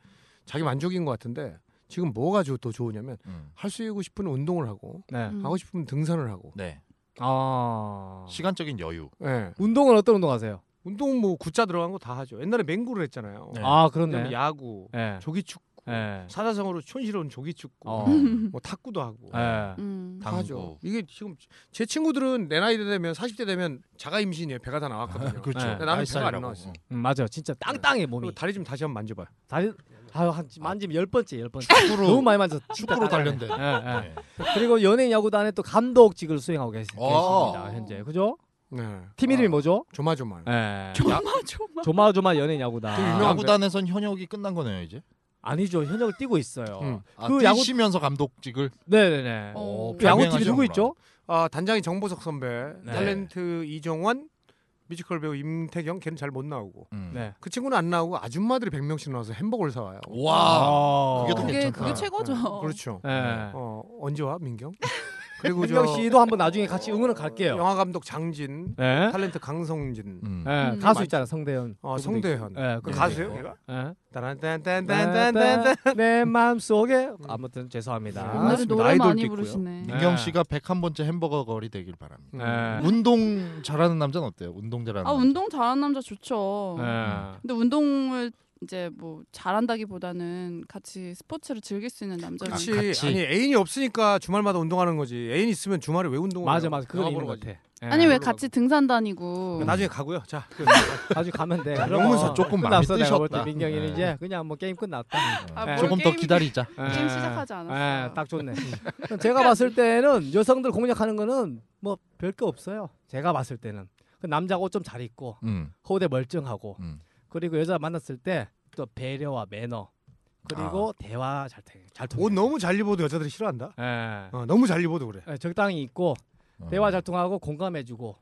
[SPEAKER 5] 자기 만족인 것 같은데 지금 뭐가 좋- 더 좋으냐면
[SPEAKER 4] 음.
[SPEAKER 5] 할 수 있고 싶은 운동을 하고
[SPEAKER 3] 네.
[SPEAKER 2] 음.
[SPEAKER 5] 하고 싶으면 등산을 하고.
[SPEAKER 4] 네
[SPEAKER 3] 아.
[SPEAKER 4] 어. 시간적인 여유
[SPEAKER 5] 예.
[SPEAKER 3] 운동은 어떤 운동 하세요?
[SPEAKER 5] 운동 뭐 굿자 들어간 거 다 하죠. 옛날에 맹구를 했잖아요.
[SPEAKER 4] 네.
[SPEAKER 3] 아
[SPEAKER 5] 그다음에
[SPEAKER 3] 그렇네.
[SPEAKER 5] 야구,
[SPEAKER 3] 예.
[SPEAKER 5] 조기축구,
[SPEAKER 3] 예.
[SPEAKER 5] 사자성어로 촌스러운 조기축구,
[SPEAKER 3] 어.
[SPEAKER 5] 뭐 탁구도 하고.
[SPEAKER 3] 예.
[SPEAKER 2] 음.
[SPEAKER 5] 다 하죠.
[SPEAKER 4] 당구.
[SPEAKER 5] 이게 지금 제 친구들은 내 나이 되면 40대 되면 자가 임신이에요. 배가 다 나왔거든요.
[SPEAKER 4] 그렇죠
[SPEAKER 3] 네.
[SPEAKER 5] 나는 배가 안
[SPEAKER 4] 아이살이라고.
[SPEAKER 5] 나왔어.
[SPEAKER 3] 음, 맞아요. 진짜 땅땅해 몸이.
[SPEAKER 5] 그리고 다리 좀 다시 한번 만져봐요.
[SPEAKER 3] 다리 아유 한 만지면 열 번째 열 번째. 너무
[SPEAKER 4] 축구로
[SPEAKER 3] 많이 만졌.
[SPEAKER 4] 축구로 단련된
[SPEAKER 3] 예, 예.
[SPEAKER 4] 네.
[SPEAKER 3] 그리고 연예인 야구단에 또 감독직을 수행하고 계시,
[SPEAKER 4] 어.
[SPEAKER 3] 계십니다 현재 그죠?
[SPEAKER 5] 네.
[SPEAKER 3] 팀 이름이
[SPEAKER 5] 아,
[SPEAKER 3] 뭐죠?
[SPEAKER 5] 조마조마. 요
[SPEAKER 3] 예.
[SPEAKER 2] 조마조마.
[SPEAKER 3] 조마조마 연예인 야구단.
[SPEAKER 5] 또 유명한-
[SPEAKER 4] 야구단에선 현역이 끝난 거네요 이제
[SPEAKER 3] 아니죠 현역을 뛰고 있어요.
[SPEAKER 5] 음.
[SPEAKER 4] 아,
[SPEAKER 3] 그 야구-
[SPEAKER 4] 뛰시면서 감독직을
[SPEAKER 3] 네네네.
[SPEAKER 2] 어.
[SPEAKER 3] 그 야구 팀이
[SPEAKER 4] 병행하시는구나.
[SPEAKER 3] 누구 있죠?
[SPEAKER 5] 아, 단장이 정보석 선배,
[SPEAKER 3] 네.
[SPEAKER 5] 탤런트 이정환, 뮤지컬 배우 임태경 걔는 잘 못 나오고.
[SPEAKER 4] 음.
[SPEAKER 3] 네.
[SPEAKER 5] 그 친구는 안 나오고 아줌마들이 100명씩 나와서 햄버거를 사 와요.
[SPEAKER 4] 와 그게 더
[SPEAKER 2] 그게
[SPEAKER 4] 괜찮다.
[SPEAKER 2] 그게 최고죠.
[SPEAKER 5] 그렇죠.
[SPEAKER 3] 아. 예.
[SPEAKER 5] 어, 언제 와, 민경? 그리고 저
[SPEAKER 3] 민경 씨도 한번 나중에 같이 응원을 갈게요.
[SPEAKER 5] 영화 감독 장진,
[SPEAKER 3] 네.
[SPEAKER 5] 탤런트 강성진.
[SPEAKER 4] 음.
[SPEAKER 3] 예,
[SPEAKER 2] 음.
[SPEAKER 3] 가수 있잖아 성대현.
[SPEAKER 5] 어,
[SPEAKER 4] 네.
[SPEAKER 3] 그분도
[SPEAKER 5] 성대현.
[SPEAKER 3] 있고. 예,
[SPEAKER 5] 그
[SPEAKER 3] 그분도
[SPEAKER 5] 가수요,
[SPEAKER 3] 있고.
[SPEAKER 5] 걔가?
[SPEAKER 3] 예.
[SPEAKER 5] 따란딴딴딴딴딴.
[SPEAKER 3] 내 마음 속에 아무튼 죄송합니다.
[SPEAKER 2] 오늘
[SPEAKER 5] 맞습니다.
[SPEAKER 2] 노래
[SPEAKER 5] 아이돌도
[SPEAKER 2] 많이
[SPEAKER 5] 있고요.
[SPEAKER 2] 부르시네.
[SPEAKER 4] 민경 씨가 101번째 햄버거 거리 되길 바랍니다.
[SPEAKER 5] 음.
[SPEAKER 3] 예.
[SPEAKER 4] 운동 잘하는 남자는 어때요? 운동 잘하는
[SPEAKER 2] 아
[SPEAKER 4] 남자.
[SPEAKER 2] 운동 잘하는 남자 좋죠.
[SPEAKER 5] 음.
[SPEAKER 3] 예.
[SPEAKER 2] 근데 운동을 이제 뭐 잘한다기보다는 같이 스포츠를 즐길 수 있는 남자를
[SPEAKER 5] 그렇지.
[SPEAKER 4] 같이.
[SPEAKER 5] 아니 애인이 없으니까 주말마다 운동하는 거지. 애인 있으면 주말에 왜 운동을?
[SPEAKER 3] 맞아
[SPEAKER 5] 해요?
[SPEAKER 3] 맞아 그건
[SPEAKER 5] 영화
[SPEAKER 3] 있는
[SPEAKER 5] 보러
[SPEAKER 3] 것
[SPEAKER 5] 가지.
[SPEAKER 3] 같아. 예.
[SPEAKER 2] 아니 왜
[SPEAKER 5] 네. 그러라고.
[SPEAKER 2] 같이 등산 다니고
[SPEAKER 5] 나중에 가고요. 자,
[SPEAKER 3] 음.
[SPEAKER 5] 그-
[SPEAKER 3] 나중에 가면 돼.
[SPEAKER 4] 자,
[SPEAKER 3] 그러면
[SPEAKER 4] 영문서 조금 마음이
[SPEAKER 3] 끝났어 내가 볼때
[SPEAKER 4] 뜨셨다.
[SPEAKER 3] 민경이는
[SPEAKER 4] 네.
[SPEAKER 3] 이제 그냥 뭐 게임 끝났다.
[SPEAKER 2] 아,
[SPEAKER 3] 뭐
[SPEAKER 4] 네.
[SPEAKER 2] 뭘
[SPEAKER 4] 조금 더
[SPEAKER 2] 게임-
[SPEAKER 4] 기다리자.
[SPEAKER 2] 게임 네. 시작하지 않았어요.
[SPEAKER 3] 예, 딱 네. 좋네. 그럼 제가 봤을 때는 여성들 공략하는 거는 뭐 별 게 없어요. 제가 봤을 때는 그 남자가 옷 좀 잘 입고
[SPEAKER 4] 음.
[SPEAKER 3] 허우대 멀쩡하고
[SPEAKER 4] 음.
[SPEAKER 3] 그리고 여자 만났을 때 또 배려와 매너
[SPEAKER 4] 아.
[SPEAKER 3] 그리고 대화 잘 통- 잘 통해.
[SPEAKER 5] 옷 너무 잘 입어도 여자들이 싫어한다.
[SPEAKER 3] 예.
[SPEAKER 5] 어, 너무 잘 입어도 그래.
[SPEAKER 3] 예, 적당히 있고
[SPEAKER 4] 어.
[SPEAKER 3] 대화 잘 통하고 공감해주고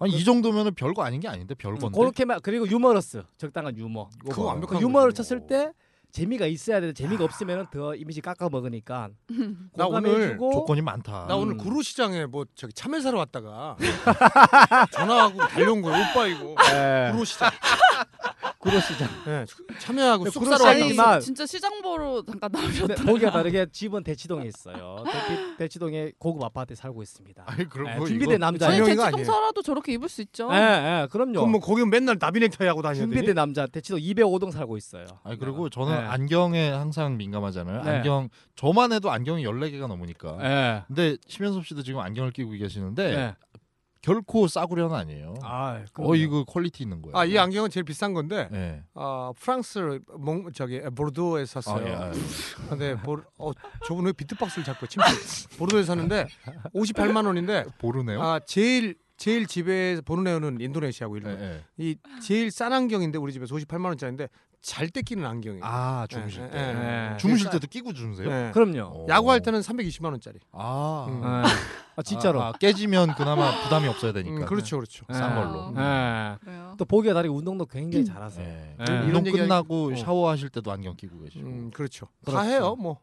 [SPEAKER 4] 아니 이 정도면은 별거 아닌 게 아닌데 별건데.
[SPEAKER 3] 음, 그렇게만 그리고 유머러스 적당한 유머.
[SPEAKER 5] 그거
[SPEAKER 4] 봐요.
[SPEAKER 5] 완벽한
[SPEAKER 3] 그
[SPEAKER 5] 거지.
[SPEAKER 3] 유머를 쳤을 때 재미가 있어야 되는데 재미가 없으면 더 이미지 깎아 먹으니까
[SPEAKER 5] 나 오늘
[SPEAKER 3] 공감해주고
[SPEAKER 4] 조건이 많다.
[SPEAKER 5] 나 오늘
[SPEAKER 3] 음.
[SPEAKER 5] 구로시장에 뭐 저기 참외 사러 왔다가 전화하고 달려온 거야. 오빠 이거
[SPEAKER 3] 예.
[SPEAKER 5] 구로시장.
[SPEAKER 3] 구로 시장.
[SPEAKER 5] 예, 참여하고
[SPEAKER 3] 네,
[SPEAKER 5] 쑥사로
[SPEAKER 3] 그렇지.
[SPEAKER 5] 왔다.
[SPEAKER 2] 아니
[SPEAKER 3] 아니, 막-
[SPEAKER 2] 진짜 시장 보러 잠깐
[SPEAKER 3] 근데
[SPEAKER 5] 네, 뭐,
[SPEAKER 2] 나오셨다.
[SPEAKER 3] 거기가 다르게 집은 대치동에 있어요. 대치, 대치동에 고급 아파트에 살고 있습니다.
[SPEAKER 6] 아니 그럼
[SPEAKER 3] 예,
[SPEAKER 6] 그거
[SPEAKER 3] 준비된
[SPEAKER 6] 이거-
[SPEAKER 3] 남자.
[SPEAKER 2] 아니
[SPEAKER 5] 전형이가
[SPEAKER 2] 대치동
[SPEAKER 5] 아니에요.
[SPEAKER 2] 서라도 저렇게 입을 수 있죠.
[SPEAKER 3] 예, 예, 그럼요.
[SPEAKER 5] 그럼 뭐 거기 맨날 나비넥타이 하고 다녀야 되니?
[SPEAKER 3] 준비된 남자 대치동 205동 살고 있어요.
[SPEAKER 4] 아니 그리고 저는
[SPEAKER 3] 네.
[SPEAKER 4] 안경에 항상 민감하잖아요.
[SPEAKER 3] 네.
[SPEAKER 4] 안경 저만 해도 안경이 14개가 넘으니까.
[SPEAKER 3] 예.
[SPEAKER 4] 근데 심현섭 씨도 지금 안경을 끼고 계시는데
[SPEAKER 3] 예.
[SPEAKER 4] 결코 싸구려는 아니에요.
[SPEAKER 5] 아,
[SPEAKER 4] 네. 어 이거 퀄리티 있는 거예요.
[SPEAKER 5] 아, 이 안경은 제일 비싼 건데.
[SPEAKER 4] 네.
[SPEAKER 5] 아, 프랑스 몽 저기 보르도에
[SPEAKER 4] 아, 예,
[SPEAKER 5] 샀어요.
[SPEAKER 4] 아, 예.
[SPEAKER 5] 근데 보, 어, 저분 왜 비트박스를 자꾸 침? 보르도에 샀는데 58만 원인데
[SPEAKER 4] 보르네요.
[SPEAKER 5] 아, 제일 제일 집에 보는 애는 인도네시아고 일본.
[SPEAKER 4] 예, 예.
[SPEAKER 5] 이 제일 싼 안경인데 우리 집에서 58만 원짜리인데 잘 때 끼는 안경이에요.
[SPEAKER 4] 아 주무실
[SPEAKER 5] 예,
[SPEAKER 4] 때
[SPEAKER 5] 예, 예.
[SPEAKER 4] 주무실 때도 끼고 주무세요?
[SPEAKER 5] 예.
[SPEAKER 3] 그럼요.
[SPEAKER 4] 어.
[SPEAKER 5] 야구할 때는 320만 원짜리.
[SPEAKER 4] 아,
[SPEAKER 5] 음.
[SPEAKER 3] 예. 아, 진짜로.
[SPEAKER 4] 아, 아, 깨지면 그나마 부담이 없어야 되니까.
[SPEAKER 5] 음, 그렇죠, 그렇죠.
[SPEAKER 3] 예.
[SPEAKER 4] 싼
[SPEAKER 2] 걸로.
[SPEAKER 3] 예.
[SPEAKER 2] 그래요.
[SPEAKER 3] 또 보기가 다르게 운동도 굉장히 잘하세요.
[SPEAKER 4] 음. 예.
[SPEAKER 3] 예.
[SPEAKER 4] 운동
[SPEAKER 5] 이런 얘기
[SPEAKER 4] 끝나고
[SPEAKER 5] 어.
[SPEAKER 4] 샤워하실 때도 안경 끼고 계시고
[SPEAKER 5] 음, 그렇죠. 다
[SPEAKER 3] 그렇죠.
[SPEAKER 5] 해요. 뭐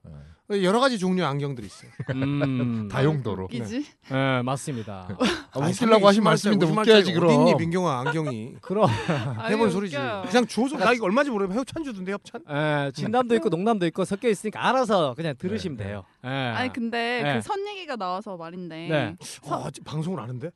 [SPEAKER 4] 예.
[SPEAKER 5] 여러 가지 종류 의 안경들이 있어요.
[SPEAKER 3] 음.
[SPEAKER 4] 다용도로.
[SPEAKER 5] 네.
[SPEAKER 2] 웃기지?
[SPEAKER 3] 예, 맞습니다.
[SPEAKER 4] 아, 웃으려고 하신 말씀인데 웃겨야지 그럼.
[SPEAKER 5] 어딨니 민경아 안경이.
[SPEAKER 3] 그럼
[SPEAKER 2] 아니,
[SPEAKER 5] 해본 소리지.
[SPEAKER 2] 웃겨요.
[SPEAKER 5] 그냥 주워서 나 이거 얼마지 모르면 협찬 주던데 협찬.
[SPEAKER 3] 예, 진담도 있고 농담도 있고 섞여 있으니까 알아서 그냥 들으시면
[SPEAKER 4] 네, 네.
[SPEAKER 3] 돼요. 예.
[SPEAKER 2] 아니 근데
[SPEAKER 3] 네.
[SPEAKER 2] 그 선 얘기가 나와서 말인데
[SPEAKER 3] 네.
[SPEAKER 5] 아, 아직 방송을 아는데?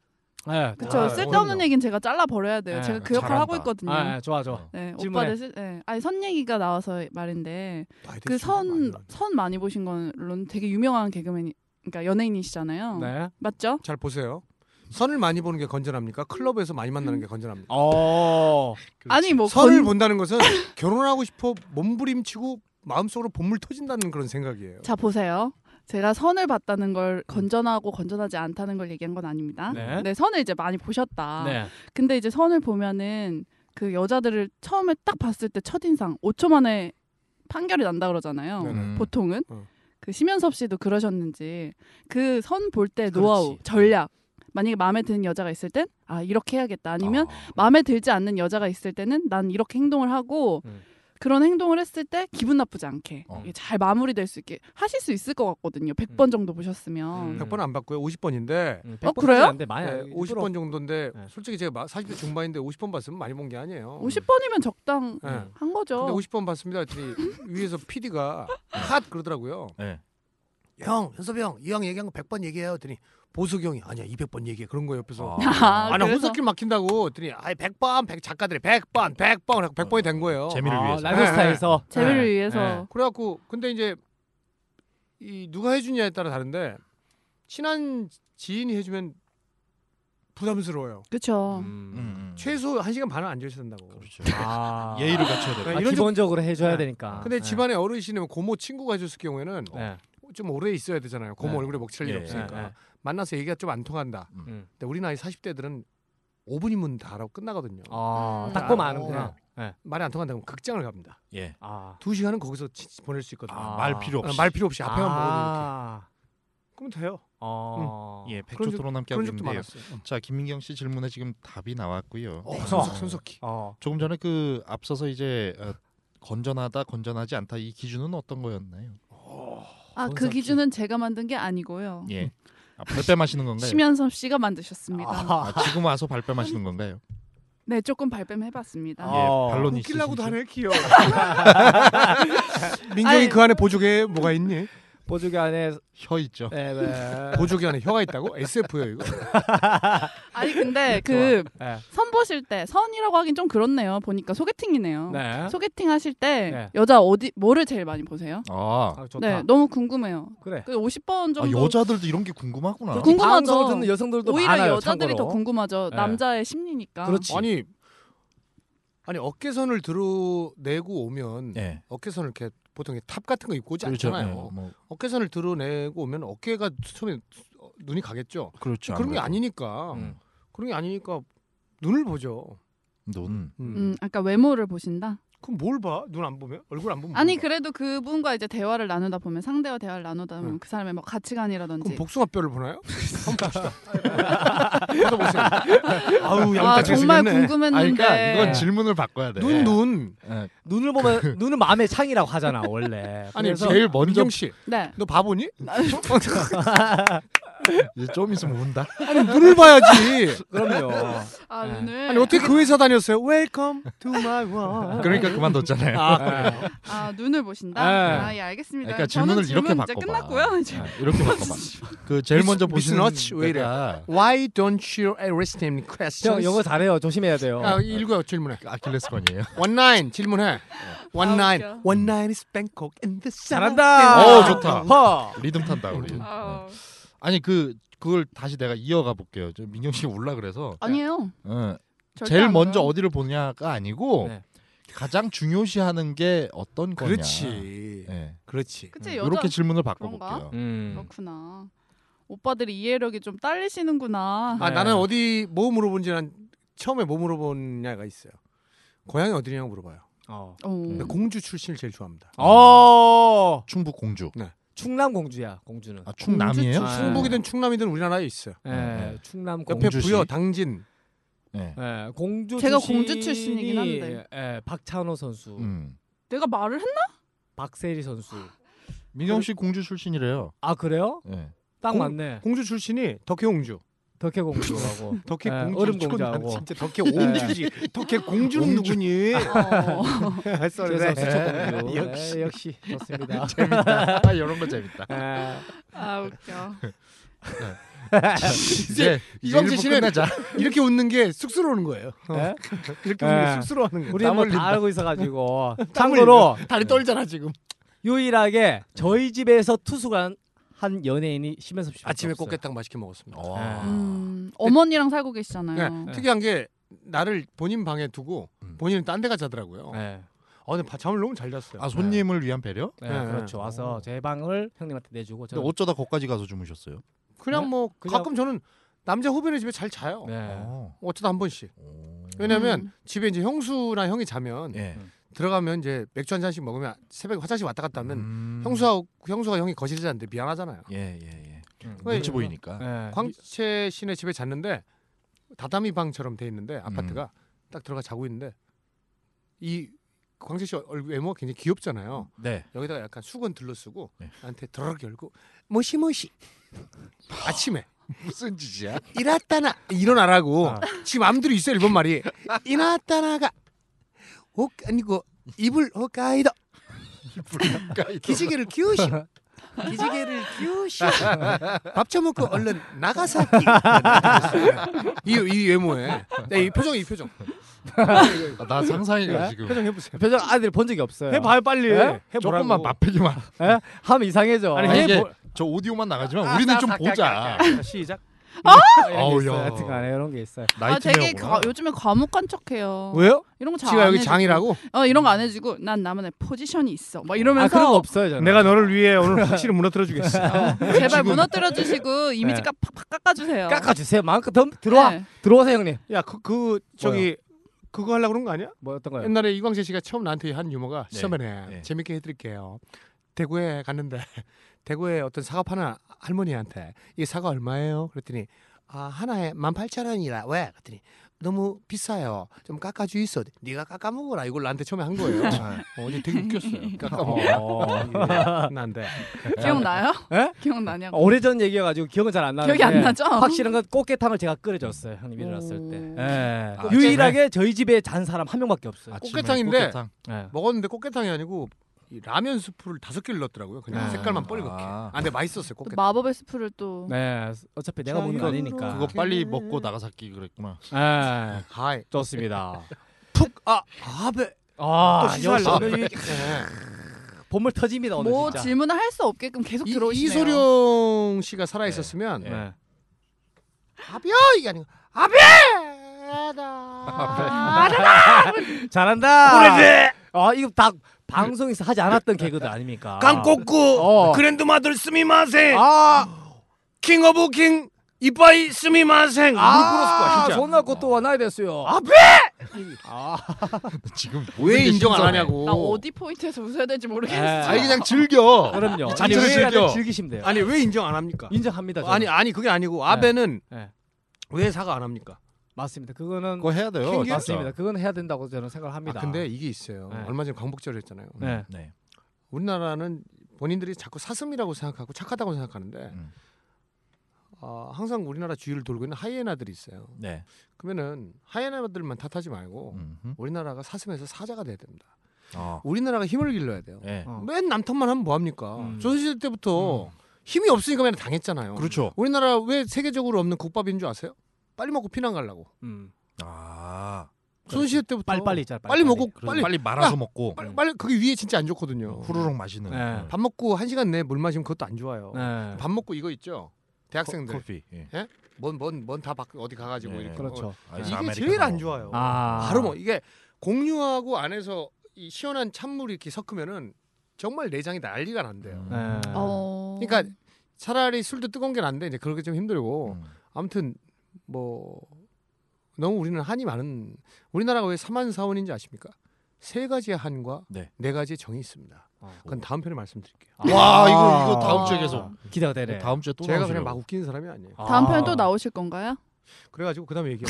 [SPEAKER 3] 예.
[SPEAKER 2] 그쵸
[SPEAKER 5] 아,
[SPEAKER 2] 쓸데없는
[SPEAKER 5] 그럼요.
[SPEAKER 2] 얘기는 제가 잘라 버려야 돼요.
[SPEAKER 3] 네,
[SPEAKER 2] 제가 그 역할 을
[SPEAKER 4] 잘한다.
[SPEAKER 2] 하고 있거든요.
[SPEAKER 3] 아, 예, 좋아 좋아.
[SPEAKER 2] 네,
[SPEAKER 3] 질문해.
[SPEAKER 2] 오빠들 쓸, 네. 아니 선 얘기가 나와서 말인데
[SPEAKER 5] 아, 나이 됐으니까
[SPEAKER 2] 그 선
[SPEAKER 5] 많이
[SPEAKER 2] 선
[SPEAKER 5] 알았네.
[SPEAKER 2] 많이 보신 걸로는 되게 유명한 개그맨이 그러니까 연예인이시잖아요.
[SPEAKER 3] 네.
[SPEAKER 2] 맞죠?
[SPEAKER 5] 잘 보세요. 선을 많이 보는 게 건전합니까? 클럽에서 많이 만나는 게 건전합니까?
[SPEAKER 3] 어.
[SPEAKER 2] 아니 음. 아, 뭐
[SPEAKER 5] 그렇죠. 선을
[SPEAKER 2] 건-
[SPEAKER 5] 본다는 것은 결혼하고 싶어 몸부림치고 마음속으로 본물 터진다는 그런 생각이에요.
[SPEAKER 2] 자 보세요. 제가 선을 봤다는
[SPEAKER 5] 음.
[SPEAKER 2] 걸 건전하고 건전하지 않다는 걸 얘기한 건 아닙니다.
[SPEAKER 3] 네.
[SPEAKER 2] 네, 선을 이제 많이 보셨다.
[SPEAKER 3] 네.
[SPEAKER 2] 근데 이제 선을 보면은 그 여자들을 처음에 딱 봤을 때 첫인상 5초 만에 판결이 난다 그러잖아요.
[SPEAKER 5] 네.
[SPEAKER 4] 음.
[SPEAKER 2] 보통은
[SPEAKER 5] 어.
[SPEAKER 2] 그 심연섭 씨도 그러셨는지 그 선 볼 때 노하우
[SPEAKER 3] 그렇지.
[SPEAKER 2] 전략 만약에 마음에 드는 여자가 있을 땐 아 이렇게 해야겠다 아니면 마음에 들지 않는 여자가 있을 때는 난 이렇게 행동을 하고
[SPEAKER 5] 음.
[SPEAKER 2] 그런 행동을 했을 때 기분 나쁘지 않게
[SPEAKER 4] 어.
[SPEAKER 2] 이게 잘 마무리될 수 있게 하실 수 있을 것 같거든요 100번 정도 보셨으면
[SPEAKER 3] 음.
[SPEAKER 5] 100번 안 받고요. 50번인데
[SPEAKER 3] 음,
[SPEAKER 2] 어,
[SPEAKER 3] 100번
[SPEAKER 2] 그래요?
[SPEAKER 3] 쓰면 안 돼, 많이 안 돼.
[SPEAKER 5] 네, 50번 정도인데
[SPEAKER 3] 네.
[SPEAKER 5] 솔직히 제가 마- 40대 중반인데 50번 봤으면 많이 본 게 아니에요.
[SPEAKER 2] 50번이면 적당한
[SPEAKER 5] 예.
[SPEAKER 3] 음.
[SPEAKER 2] 거죠
[SPEAKER 5] 근데 50번 봤습니다. 했더니 위에서 PD가
[SPEAKER 2] 네.
[SPEAKER 5] 핫 그러더라고요.
[SPEAKER 4] 네.
[SPEAKER 5] 형, 현섭이 형, 이 형 얘기한 거 100번 얘기해요. 했더니 보석이 형이 아니야 200번 얘기해. 그런 거예요 옆에서.
[SPEAKER 2] 아,
[SPEAKER 5] 아, 나
[SPEAKER 2] 그래서-
[SPEAKER 5] 혼석길 막힌다고 했더니 아 100번, 100 작가들이 100번, 100번, 100번이 된 거예요.
[SPEAKER 4] 음, 재미를
[SPEAKER 3] 아,
[SPEAKER 4] 위해서.
[SPEAKER 3] 라이브스타에서
[SPEAKER 2] 재미를
[SPEAKER 3] 예,
[SPEAKER 2] 위해서
[SPEAKER 3] 예.
[SPEAKER 5] 그래갖고 근데 이제 이 누가 해주냐에 따라 다른데 친한 지인이 해주면 부담스러워요.
[SPEAKER 2] 그렇죠
[SPEAKER 4] 음, 음.
[SPEAKER 5] 최소 한 시간 반은 안 주셔야 된다고.
[SPEAKER 4] 그렇죠.
[SPEAKER 3] 아.
[SPEAKER 4] 예의를 갖춰야
[SPEAKER 3] 아,
[SPEAKER 4] 돼.
[SPEAKER 5] 네, 이런
[SPEAKER 3] 기본적으로 해줘야 되니까.
[SPEAKER 4] 네.
[SPEAKER 5] 근데
[SPEAKER 3] 예.
[SPEAKER 5] 집안에 어, 어르신이면 고모 친구가 해줬을 경우에는
[SPEAKER 3] 네.
[SPEAKER 5] 좀 오래 있어야 되잖아요. 고모
[SPEAKER 4] 네.
[SPEAKER 5] 얼굴에 먹칠 일
[SPEAKER 4] 예,
[SPEAKER 5] 없으니까
[SPEAKER 3] 예, 예.
[SPEAKER 5] 만나서 얘기가 좀 안 통한다.
[SPEAKER 4] 음.
[SPEAKER 3] 음.
[SPEAKER 5] 근데 우리 나이 40대들은 5분이면 다 하라고 끝나거든요.
[SPEAKER 3] 아,
[SPEAKER 2] 음.
[SPEAKER 3] 딱 보면
[SPEAKER 5] 어.
[SPEAKER 3] 아는구나.
[SPEAKER 5] 말이 안 통한다면 극장을 갑니다.
[SPEAKER 4] 예.
[SPEAKER 3] 아.
[SPEAKER 5] 두 시간은 거기서 치- 치- 보낼 수 있거든요.
[SPEAKER 4] 아, 말 필요
[SPEAKER 5] 어,
[SPEAKER 4] 없이.
[SPEAKER 5] 말 필요 없이 앞에만 보고 이렇게.
[SPEAKER 3] 아.
[SPEAKER 5] 그러면 돼요.
[SPEAKER 3] 어.
[SPEAKER 4] 예,
[SPEAKER 5] 그런
[SPEAKER 4] 100조
[SPEAKER 5] 적-
[SPEAKER 4] 토론 함께 하고
[SPEAKER 5] 그런 적도
[SPEAKER 4] 있는데요.
[SPEAKER 5] 많았어요.
[SPEAKER 4] 자, 김민경 씨 질문에 지금 답이 나왔고요.
[SPEAKER 5] 어,
[SPEAKER 4] 아,
[SPEAKER 5] 손석, 손석희.
[SPEAKER 3] 어.
[SPEAKER 4] 조금 전에 그 앞서서 이제 어, 건전하다, 건전하지 않다 이 기준은 어떤 거였나요?
[SPEAKER 2] 아 그 기준은 제가 만든 게 아니고요
[SPEAKER 4] 예. 아, 발뺌 하시는 건가요?
[SPEAKER 2] 심연섭 씨가 만드셨습니다
[SPEAKER 4] 아, 지금 와서 발뺌 하시는 건가요?
[SPEAKER 2] 네 조금 발뺌해봤습니다
[SPEAKER 3] 아. 어.
[SPEAKER 4] 예. 반론 있으신지.
[SPEAKER 5] 웃기려고도 하네 귀여워. 민경이
[SPEAKER 2] 아니.
[SPEAKER 5] 그 안에 보조개 뭐가 있니?
[SPEAKER 3] 보조개 안에
[SPEAKER 4] 혀 있죠.
[SPEAKER 3] 예, 네.
[SPEAKER 5] 음. 보조개 안에 혀가 있다고? SF요 이거.
[SPEAKER 2] 아니 근데 그
[SPEAKER 3] 예.
[SPEAKER 2] 선 보실 때 선이라고 하긴 좀 그렇네요. 보니까 어. 소개팅이네요.
[SPEAKER 3] 네.
[SPEAKER 2] 소개팅 하실 때
[SPEAKER 3] 네.
[SPEAKER 2] 여자 어디 뭐를 제일 많이 보세요?
[SPEAKER 4] 아,
[SPEAKER 3] 아, 좋다.
[SPEAKER 2] 네, 너무 궁금해요.
[SPEAKER 3] 그래.
[SPEAKER 2] 그 50번
[SPEAKER 4] 아,
[SPEAKER 2] 정도
[SPEAKER 4] 여자들도 이런 게 궁금하구나.
[SPEAKER 2] 궁금- 궁금하죠.
[SPEAKER 3] 어? 방송을 듣는 여성들도
[SPEAKER 2] 오히려
[SPEAKER 3] 많아요.
[SPEAKER 2] 여자들이
[SPEAKER 3] 참고로.
[SPEAKER 2] 더 궁금하죠.
[SPEAKER 3] 네.
[SPEAKER 2] 남자의 심리니까.
[SPEAKER 3] 그렇지.
[SPEAKER 5] 아니 아니 어깨선을 드러내고 오면
[SPEAKER 4] 예.
[SPEAKER 5] 어깨선을 이렇게 보통 이렇게 탑 같은 거 입고 오지
[SPEAKER 4] 그렇죠.
[SPEAKER 5] 않잖아요.
[SPEAKER 4] 예, 뭐
[SPEAKER 5] 어깨선을 드러내고 오면 어깨가 처음에 어, 눈이 가겠죠.
[SPEAKER 4] 그렇죠.
[SPEAKER 5] 그런 게
[SPEAKER 4] 아무래도.
[SPEAKER 5] 아니니까
[SPEAKER 4] 음.
[SPEAKER 5] 그런 게 아니니까 눈을 보죠.
[SPEAKER 4] 눈.
[SPEAKER 2] 음, 아까 외모를 보신다.
[SPEAKER 5] 그럼 뭘 봐? 눈 안 보면 얼굴 안 보면
[SPEAKER 2] 아니
[SPEAKER 5] 뭘 봐?
[SPEAKER 2] 그래도 그분과 이제 대화를 나누다 보면 상대와 대화를 나누다 보면
[SPEAKER 5] 음.
[SPEAKER 2] 그 사람의 뭐
[SPEAKER 5] 그럼
[SPEAKER 2] 가치관이라든지
[SPEAKER 5] 복숭아 뼈를 보나요? 한번 봅시다. 받아보세요. 아우
[SPEAKER 2] 아
[SPEAKER 5] 양다리
[SPEAKER 2] 정말
[SPEAKER 5] 생겼네.
[SPEAKER 4] 아,
[SPEAKER 2] 궁금했는데
[SPEAKER 4] 그러니까 이건 질문을 바꿔야 돼.
[SPEAKER 5] 눈 눈.
[SPEAKER 4] 예.
[SPEAKER 3] 눈을 보면 눈은 마음의 창이라고 하잖아 원래.
[SPEAKER 5] 아니 뭐-
[SPEAKER 3] 그래서
[SPEAKER 5] 제일 먼저
[SPEAKER 4] 민경
[SPEAKER 5] 씨,
[SPEAKER 2] 네.
[SPEAKER 5] 너 바보니?
[SPEAKER 4] 이제 좀 있으면 운다.
[SPEAKER 5] 아니 눈을 봐야지.
[SPEAKER 3] 그럼요.
[SPEAKER 2] 아 눈을
[SPEAKER 5] 아니 어떻게 그 회사 다녔어요? Welcome to my world.
[SPEAKER 4] 그러니까 그만뒀잖아요.
[SPEAKER 5] 아,
[SPEAKER 3] 네.
[SPEAKER 5] 그래요.
[SPEAKER 2] 아 눈을 보신다.
[SPEAKER 5] 네.
[SPEAKER 2] 아예 알겠습니다.
[SPEAKER 4] 그러니까
[SPEAKER 2] 저는
[SPEAKER 4] 질문을 이렇게
[SPEAKER 2] 질문
[SPEAKER 4] 바꿔봐.
[SPEAKER 2] 이제 끝났고요. 이제
[SPEAKER 4] 아, 이렇게 바꿔봐. 그 제일
[SPEAKER 5] 미스-
[SPEAKER 4] 먼저
[SPEAKER 5] 미스
[SPEAKER 4] 보시는
[SPEAKER 5] 너츠, 왜 이래?
[SPEAKER 4] 데가
[SPEAKER 5] Why don't you arrest him
[SPEAKER 3] 형
[SPEAKER 5] questions?
[SPEAKER 3] 영어 잘해요. 조심해야 돼요.
[SPEAKER 5] 아, 읽어요 질문해.
[SPEAKER 4] 아킬레스건이에요.
[SPEAKER 5] One nine 질문해. One
[SPEAKER 2] 아,
[SPEAKER 5] nine.
[SPEAKER 2] 웃겨.
[SPEAKER 5] One nine is Bangkok and the sun.
[SPEAKER 3] 잘한다.
[SPEAKER 4] 어, 좋다.
[SPEAKER 3] 허.
[SPEAKER 4] 리듬 탄다 우리. 네.
[SPEAKER 2] 아,
[SPEAKER 4] 아니 그 그걸 다시 내가 이어가 볼게요. 저 민경 씨가 올라 그래서
[SPEAKER 2] 아니에요.
[SPEAKER 4] 어,
[SPEAKER 2] 절대
[SPEAKER 4] 제일
[SPEAKER 2] 안
[SPEAKER 4] 먼저
[SPEAKER 2] 그래요.
[SPEAKER 4] 어디를 보냐가 아니고
[SPEAKER 5] 네.
[SPEAKER 4] 가장 중요시하는 게 어떤 거냐.
[SPEAKER 5] 그렇지.
[SPEAKER 4] 예.
[SPEAKER 5] 그렇지.
[SPEAKER 2] 그치 여자
[SPEAKER 4] 이렇게 질문을
[SPEAKER 2] 그런가?
[SPEAKER 4] 바꿔볼게요.
[SPEAKER 3] 음.
[SPEAKER 2] 그렇구나. 오빠들이 이해력이 좀 딸리시는구나.
[SPEAKER 5] 아
[SPEAKER 3] 네.
[SPEAKER 5] 나는 어디 뭐 물어본지 난 처음에 뭐 물어보냐가 있어요. 고향이 어디냐고 물어봐요.
[SPEAKER 3] 어.
[SPEAKER 2] 어.
[SPEAKER 5] 근데 공주 출신을 제일 좋아합니다.
[SPEAKER 3] 어.
[SPEAKER 4] 충북 공주.
[SPEAKER 3] 충남 공주야. 공주는.
[SPEAKER 4] 아 충남이에요?
[SPEAKER 3] 공주
[SPEAKER 5] 충북이든 충남이든 우리나라에 있어요.
[SPEAKER 3] 예.
[SPEAKER 4] 네.
[SPEAKER 3] 충남
[SPEAKER 5] 옆에
[SPEAKER 3] 공주시.
[SPEAKER 5] 부여 당진
[SPEAKER 4] 네.
[SPEAKER 3] 예. 공주
[SPEAKER 2] 제가
[SPEAKER 3] 출신이,
[SPEAKER 2] 공주 출신이긴 한데.
[SPEAKER 3] 예. 박찬호 선수,
[SPEAKER 4] 음.
[SPEAKER 2] 내가 말을 했나?
[SPEAKER 3] 박세리 선수.
[SPEAKER 4] 민경 씨 공주 출신이래요.
[SPEAKER 3] 아, 그래요?
[SPEAKER 4] 예.
[SPEAKER 3] 딱
[SPEAKER 5] 공-
[SPEAKER 3] 맞네.
[SPEAKER 5] 공주 출신이 덕혜 공주.
[SPEAKER 3] 덕혜 공주하고
[SPEAKER 5] 덕혜
[SPEAKER 3] 예,
[SPEAKER 5] 네, 공주
[SPEAKER 3] 얼음
[SPEAKER 5] 존나
[SPEAKER 3] 공주하고.
[SPEAKER 5] 진짜 덕혜 공주지. 덕혜 공주는 누구니?
[SPEAKER 2] 어.
[SPEAKER 4] 네.
[SPEAKER 5] 썰네.
[SPEAKER 3] 공주. 역시.
[SPEAKER 5] 역시.
[SPEAKER 3] 네, 역시 좋습니다.
[SPEAKER 4] 재밌다. 아, 이런 거 재밌다.
[SPEAKER 3] 예.
[SPEAKER 5] 아,
[SPEAKER 2] 아 웃겨.
[SPEAKER 4] 이제
[SPEAKER 5] 이광재
[SPEAKER 4] 이광재
[SPEAKER 5] 씨는-
[SPEAKER 4] 씨는 끝나자.
[SPEAKER 5] 이렇게 웃는 게 쑥스러운 거예요.
[SPEAKER 3] 예?
[SPEAKER 5] 이렇게 웃는
[SPEAKER 3] 예.
[SPEAKER 5] 게 쑥스러워하는 거예요.
[SPEAKER 3] 우리
[SPEAKER 5] 어, 땀
[SPEAKER 3] 뭐
[SPEAKER 5] 네. 흘린다.
[SPEAKER 3] 다 알고 있어가지고 참고로
[SPEAKER 4] 예.
[SPEAKER 5] 다리 떨잖아 지금.
[SPEAKER 3] 유일하게 저희 집에서 투수간 한 연예인이 심현섭 씨.
[SPEAKER 5] 아침에 꽃게탕 맛있게 먹었습니다.
[SPEAKER 4] 와.
[SPEAKER 2] 음, 어머니랑 살고
[SPEAKER 5] 네,
[SPEAKER 2] 계시잖아요.
[SPEAKER 5] 특이한 게 나를 본인 방에 두고
[SPEAKER 4] 음.
[SPEAKER 5] 본인은 딴 데 가 자더라고요.
[SPEAKER 3] 네,
[SPEAKER 5] 아, 근데 바- 잠을 너무 잘 잤어요.
[SPEAKER 4] 아 손님을 위한 배려?
[SPEAKER 3] 네,
[SPEAKER 5] 네.
[SPEAKER 3] 그렇죠. 와서 제 방을 형님한테 내주고
[SPEAKER 4] 근데
[SPEAKER 3] 저는
[SPEAKER 4] 어쩌다 거기까지 가서 주무셨어요?
[SPEAKER 5] 그냥
[SPEAKER 3] 네?
[SPEAKER 5] 뭐
[SPEAKER 3] 그냥-
[SPEAKER 5] 가끔 저는 남자 후배네 집에 잘 자요.
[SPEAKER 3] 네.
[SPEAKER 4] 어.
[SPEAKER 5] 어쩌다 한 번씩.
[SPEAKER 4] 오.
[SPEAKER 5] 왜냐면
[SPEAKER 2] 음.
[SPEAKER 5] 집에 이제 형수나 형이 자면
[SPEAKER 4] 예.
[SPEAKER 5] 들어가면 이제 맥주 한 잔씩 먹으면 새벽에 화장실 왔다 갔다 하면
[SPEAKER 4] 음.
[SPEAKER 5] 형수하고 형수가 형이 거실에 자는데 미안하잖아요.
[SPEAKER 4] 예, 예, 예.
[SPEAKER 3] 음.
[SPEAKER 5] 왜
[SPEAKER 4] 눈치
[SPEAKER 5] 이러나?
[SPEAKER 4] 보이니까.
[SPEAKER 3] 네.
[SPEAKER 5] 광채 씨네 집에 잤는데 다다미 방처럼 돼 있는데 아파트가 딱 들어가 자고 있는데 이 광채 씨 얼굴 외모가 굉장히 귀엽잖아요.
[SPEAKER 4] 네.
[SPEAKER 5] 여기다가 약간 수건 둘러쓰고
[SPEAKER 4] 네.
[SPEAKER 5] 나한테 드럭 열고 모시모시 아침에
[SPEAKER 4] 무슨 짓이야?
[SPEAKER 5] 일났다나 일어나라고
[SPEAKER 3] 아.
[SPEAKER 5] 지금 암들이 있어 일본 말이 일났다나가 옥 아니고 이불 홋카이도 기지개를 키우시 기지개를 키우시 밥쳐 먹고 얼른 나가사키 이, 이 외모에 네, 이 표정 이 표정
[SPEAKER 4] 아, 나 상상이가 지금.
[SPEAKER 5] 표정 해보세요
[SPEAKER 3] 표정 아들 본 적이 없어요.
[SPEAKER 5] 해봐요 빨리
[SPEAKER 3] 예?
[SPEAKER 4] 조금만 맛보기만.
[SPEAKER 3] 예? 하면 이상해져.
[SPEAKER 4] 아니, 이게 저 오디오만 아, 나가지만 우리는 좀 보자.
[SPEAKER 5] 시작 네,
[SPEAKER 4] 아우,
[SPEAKER 3] 어우야.
[SPEAKER 4] 야.
[SPEAKER 3] 같은 거 안에 이런 게 있어요.
[SPEAKER 2] 아 되게
[SPEAKER 4] 나이트메어구나.
[SPEAKER 2] 가,
[SPEAKER 4] 뭐.
[SPEAKER 2] 요즘에 과묵한 척해요.
[SPEAKER 5] 왜요?
[SPEAKER 2] 이런 거 잘 안
[SPEAKER 5] 지가 여기
[SPEAKER 2] 해주고.
[SPEAKER 5] 장이라고
[SPEAKER 2] 어 이런 거 안 해주고 난 나만의 포지션이 있어. 막 이러면서
[SPEAKER 3] 아 그런 거 없어요 저는.
[SPEAKER 5] 너를 위해 오늘 확실히 무너뜨려 주겠어
[SPEAKER 2] 제발 무너뜨려 주시고 이미지
[SPEAKER 3] 네.
[SPEAKER 2] 깎 팍팍 깎아주세요.
[SPEAKER 3] 깎아주세요. 마음껏 덤- 들어와
[SPEAKER 2] 네.
[SPEAKER 3] 들어오세요 형님.
[SPEAKER 5] 야그 그, 저기 그거 하려고 그런 거 아니야?
[SPEAKER 3] 뭐 어떤 거요?
[SPEAKER 5] 옛날에 이광재 씨가 처음 나한테 한 유머가
[SPEAKER 4] 네.
[SPEAKER 5] 시험에
[SPEAKER 4] 네.
[SPEAKER 5] 재밌게 해드릴게요. 대구에 갔는데 대구에 어떤 사과 파는 할머니한테 이 사과 얼마예요? 그랬더니 아 하나에 18,000원이라 왜? 그랬더니 너무 비싸요. 좀 깎아주이소. 네가 깎아 먹어라. 이걸 나한테 처음에 한 거예요.
[SPEAKER 4] 네.
[SPEAKER 5] 네. 어, 근데 되게 웃겼어요. 깎아
[SPEAKER 7] 예.
[SPEAKER 5] 먹어. 난데.
[SPEAKER 2] 기억나요?
[SPEAKER 3] 예?
[SPEAKER 2] 기억나냐고.
[SPEAKER 3] 오래 전 얘기여가지고 기억은 잘 안 나는데.
[SPEAKER 2] 기억이 안 나죠?
[SPEAKER 3] 확실한 건 꽃게탕을 제가 끓여줬어요 형님 일어났을
[SPEAKER 2] 오.
[SPEAKER 3] 때. 예.
[SPEAKER 4] 아,
[SPEAKER 3] 유일하게 저희 집에 잔 사람 한 명밖에 없어요.
[SPEAKER 4] 아침에
[SPEAKER 5] 꽃게탕인데.
[SPEAKER 4] 꽃게탕.
[SPEAKER 3] 예.
[SPEAKER 5] 먹었는데 꽃게탕이 아니고 이 라면 스프를 다섯 개를 넣었더라고요. 그냥
[SPEAKER 3] 아.
[SPEAKER 5] 색깔만 뻘겋게.
[SPEAKER 4] 아.
[SPEAKER 5] 아 근데 맛있었어요.
[SPEAKER 2] 또
[SPEAKER 5] 꽃게탕.
[SPEAKER 2] 그 마법의 스프를 또
[SPEAKER 3] 네, 어차피 내가 먹는 거 아니니까.
[SPEAKER 4] 그거 빨리 먹고 나가사키 그랬구나.
[SPEAKER 3] 예,
[SPEAKER 5] 하이.
[SPEAKER 3] 좋습니다.
[SPEAKER 5] 아 아베.
[SPEAKER 3] 아,
[SPEAKER 5] 또 시사할
[SPEAKER 3] 역시
[SPEAKER 5] 라
[SPEAKER 3] 오늘 이- 본물 터집니다 오늘
[SPEAKER 2] 뭐
[SPEAKER 3] 어, 네, 진짜.
[SPEAKER 2] 질문을 할 수 없게끔 계속
[SPEAKER 5] 이,
[SPEAKER 2] 들어오시네요.
[SPEAKER 5] 이소룡 씨가 살아 있었으면
[SPEAKER 4] 예.
[SPEAKER 3] 네.
[SPEAKER 5] 아비야 이게 아니고 아베
[SPEAKER 3] 잘한다. 아 이거 다 방송에서 하지 않았던 개그들 아닙니까? 어.
[SPEAKER 5] 그랜드마들 스미마생
[SPEAKER 3] 아,
[SPEAKER 5] 네, 킹 오브 킹 이빠이 스미마생
[SPEAKER 3] 아, 존나 것도 와나야 됐어요.
[SPEAKER 5] 아,
[SPEAKER 4] 지금
[SPEAKER 5] 왜
[SPEAKER 4] 모든 게
[SPEAKER 5] 인정 안
[SPEAKER 4] 신선해.
[SPEAKER 5] 하냐고
[SPEAKER 2] 나 어디 포인트에서 웃어야 될지 모르겠어.
[SPEAKER 4] 아니 그냥 즐겨. 이
[SPEAKER 3] 그럼요. 아니
[SPEAKER 4] 자체를
[SPEAKER 3] 왜
[SPEAKER 4] 즐겨.
[SPEAKER 3] 즐기시면 돼요.
[SPEAKER 5] 아니 왜 인정 안 합니까
[SPEAKER 3] 인정합니다. 저는.
[SPEAKER 5] 아니 아니 그게 아니고 아베는
[SPEAKER 3] 네.
[SPEAKER 5] 왜 사과 안 합니까
[SPEAKER 3] 맞습니다. 그거는
[SPEAKER 4] 그거 해야 돼요.
[SPEAKER 5] 킹기요?
[SPEAKER 4] 진짜.
[SPEAKER 3] 맞습니다. 그건 해야 된다고 저는 생각합니다.
[SPEAKER 5] 아, 근데 음. 이게 있어요
[SPEAKER 3] 네.
[SPEAKER 5] 얼마 전에 광복절 했잖아요
[SPEAKER 3] 네.
[SPEAKER 4] 네.
[SPEAKER 5] 우리나라는 본인들이 자꾸 사슴이라고 생각하고 착하다고 생각하는데
[SPEAKER 4] 음.
[SPEAKER 5] 아, 어, 항상 우리나라 주위를 돌고 있는 하이에나들이 있어요.
[SPEAKER 4] 네.
[SPEAKER 5] 그러면은 하이에나들만 탓하지 말고
[SPEAKER 4] 음흠.
[SPEAKER 5] 우리나라가 사슴에서 사자가 돼야 됩니다.
[SPEAKER 4] 어.
[SPEAKER 5] 우리나라가 힘을 길러야 돼요.
[SPEAKER 4] 예.
[SPEAKER 5] 어. 맨 남탓만 하면 뭐합니까?
[SPEAKER 4] 음.
[SPEAKER 5] 조선시대 때부터 힘이 없으니까 맨날 당했잖아요.
[SPEAKER 4] 어, 그렇죠.
[SPEAKER 5] 우리나라 왜 세계적으로 없는 국밥인 줄 아세요? 빨리 먹고 피난 가려고.
[SPEAKER 3] 음.
[SPEAKER 4] 아.
[SPEAKER 5] 조선시대 때부터
[SPEAKER 3] 빨리 빨리 있잖아.
[SPEAKER 5] 빨리 먹고
[SPEAKER 4] 빨리
[SPEAKER 5] 빨리
[SPEAKER 4] 빨리 말아서 먹고
[SPEAKER 5] 빨리, 빨리 그게 위에 진짜 안 좋거든요.
[SPEAKER 4] 음. 후루룩 마시는
[SPEAKER 3] 네.
[SPEAKER 4] 예.
[SPEAKER 5] 밥 먹고 한 시간 내에 물 마시면 그것도 안 좋아요.
[SPEAKER 3] 네.
[SPEAKER 5] 밥 먹고 이거 있죠. 대학생들
[SPEAKER 4] 커피. 예.
[SPEAKER 5] 뭔뭔뭔다 어디 가가지고
[SPEAKER 4] 네,
[SPEAKER 5] 이렇게
[SPEAKER 3] 그렇죠.
[SPEAKER 4] 아이스
[SPEAKER 5] 이게
[SPEAKER 4] 아메리카노.
[SPEAKER 5] 제일 안 좋아요.
[SPEAKER 4] 어.
[SPEAKER 3] 아.
[SPEAKER 5] 바로 뭐 이게 공유하고 안에서 이 시원한 찬물이 이렇게 섞으면은 정말 내장이 난리가 난대요.
[SPEAKER 4] 음.
[SPEAKER 3] 네.
[SPEAKER 2] 어.
[SPEAKER 5] 그러니까 차라리 술도 뜨거운 게 난데 이제 그렇게 좀 힘들고
[SPEAKER 4] 음.
[SPEAKER 5] 아무튼 뭐 너무 우리는 한이 많은 우리나라가 왜 사만사원인지 아십니까? 세 가지의 한과
[SPEAKER 4] 네.
[SPEAKER 5] 네, 가지의 정이 있습니다.
[SPEAKER 3] 어.
[SPEAKER 5] 그건 다음 편에 말씀드릴게요.
[SPEAKER 4] 와, 이거- 이거 다음 주에 계속.
[SPEAKER 3] 기대가 되네.
[SPEAKER 4] 다음 주에 또
[SPEAKER 5] 제가
[SPEAKER 4] 나오시려고.
[SPEAKER 5] 그냥 막 웃기는 사람이 아니에요.
[SPEAKER 2] 다음 편에
[SPEAKER 3] 아. 네.
[SPEAKER 2] 또 나오실 건가요?
[SPEAKER 5] 그래가지고 그다음에 얘기해요.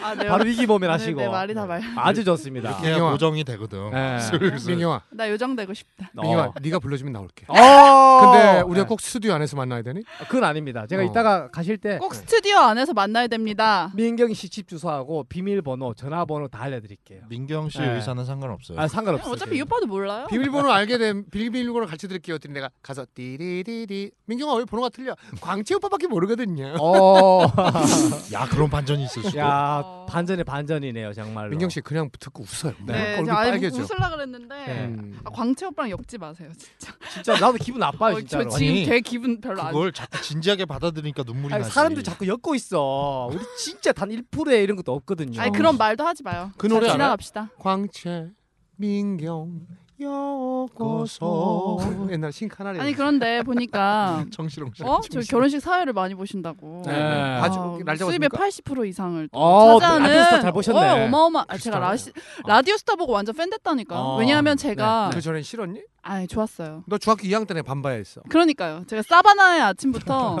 [SPEAKER 2] 아, 네.
[SPEAKER 3] 바로 위기 범인
[SPEAKER 2] 오늘
[SPEAKER 3] 하시고
[SPEAKER 2] 내 말이 다 말.
[SPEAKER 3] 아주 좋습니다.
[SPEAKER 4] 이렇게 해야
[SPEAKER 5] 민경아.
[SPEAKER 4] 네, 고정이 되거든.
[SPEAKER 3] 네.
[SPEAKER 4] 슬슬.
[SPEAKER 5] 민경아,
[SPEAKER 2] 나 요정되고 싶다.
[SPEAKER 5] 민경아, 네가 불러주면 나올게.
[SPEAKER 4] 아!
[SPEAKER 3] 어.
[SPEAKER 5] 근데 우리가
[SPEAKER 3] 네.
[SPEAKER 5] 꼭 스튜디오 안에서 만나야 되니?
[SPEAKER 3] 그건 아닙니다. 제가
[SPEAKER 5] 어.
[SPEAKER 3] 이따가 가실 때
[SPEAKER 2] 꼭 스튜디오 안에서 만나야 됩니다.
[SPEAKER 3] 민경 씨 집 주소하고 비밀번호, 전화번호 다 알려드릴게요.
[SPEAKER 4] 민경 씨
[SPEAKER 3] 네.
[SPEAKER 4] 의사는 상관없어요.
[SPEAKER 3] 아 상관없어요.
[SPEAKER 2] 어차피 이 오빠도 몰라요.
[SPEAKER 5] 비밀번호 알게 된 비밀번호 같이 드릴게요. 했더니 내가 가서 띠리리리 민경아 왜 번호가 틀려? 광채 오빠밖에 모르거든요.
[SPEAKER 3] 어.
[SPEAKER 4] 야, 그런 반전이 있을 수도.
[SPEAKER 2] 어.
[SPEAKER 3] 야 반전의 반전이네요
[SPEAKER 4] 어,
[SPEAKER 3] 정말로.
[SPEAKER 5] 민경 씨 그냥 듣고 웃어요.
[SPEAKER 2] 네,
[SPEAKER 5] 얼굴
[SPEAKER 2] 저 아예
[SPEAKER 5] 빨개져.
[SPEAKER 2] 웃으려 그랬는데
[SPEAKER 3] 네.
[SPEAKER 5] 음.
[SPEAKER 2] 아, 광채 오빠랑 엮지 마세요. 진짜.
[SPEAKER 3] 진짜 나도 기분 나빠요
[SPEAKER 2] 어,
[SPEAKER 3] 진짜로.
[SPEAKER 2] 저 지금
[SPEAKER 4] 아니,
[SPEAKER 2] 되게 기분 별로 안.
[SPEAKER 4] 그걸 자꾸 진지하게 받아들이니까 눈물이
[SPEAKER 3] 아니,
[SPEAKER 4] 나지.
[SPEAKER 3] 사람들 자꾸 엮고 있어. 우리 진짜 단 1%에 이런 것도 없거든요.
[SPEAKER 2] 아니 그런 말도 하지 마요.
[SPEAKER 5] 그 노래
[SPEAKER 2] 자,
[SPEAKER 5] 알아요?
[SPEAKER 2] 지나갑시다.
[SPEAKER 5] 광채 민경 여고소 옛날 신카나리
[SPEAKER 2] 아니 그런데 보니까
[SPEAKER 5] 정시롱 씨.
[SPEAKER 2] 어? 저 결혼식 사회를 많이 보신다고.
[SPEAKER 3] 네.
[SPEAKER 5] 네.
[SPEAKER 2] 아,
[SPEAKER 5] 아주 날
[SPEAKER 2] 수입의
[SPEAKER 5] 잡았습니까?
[SPEAKER 2] 80% 이상을 또
[SPEAKER 3] 어,
[SPEAKER 2] 차지하는
[SPEAKER 3] 라디오스타 잘 보셨네.
[SPEAKER 2] 어, 어마어마. 아, 제가
[SPEAKER 5] 진짜로?
[SPEAKER 2] 라시, 라디오 스타 보고 완전 팬 됐다니까.
[SPEAKER 3] 어.
[SPEAKER 2] 왜냐하면 제가
[SPEAKER 5] 그 전엔 싫었니?
[SPEAKER 2] 아 좋았어요.
[SPEAKER 5] 너 중학교 2학년 때 내가 반바야 했어.
[SPEAKER 2] 그러니까요. 제가 사바나의 아침부터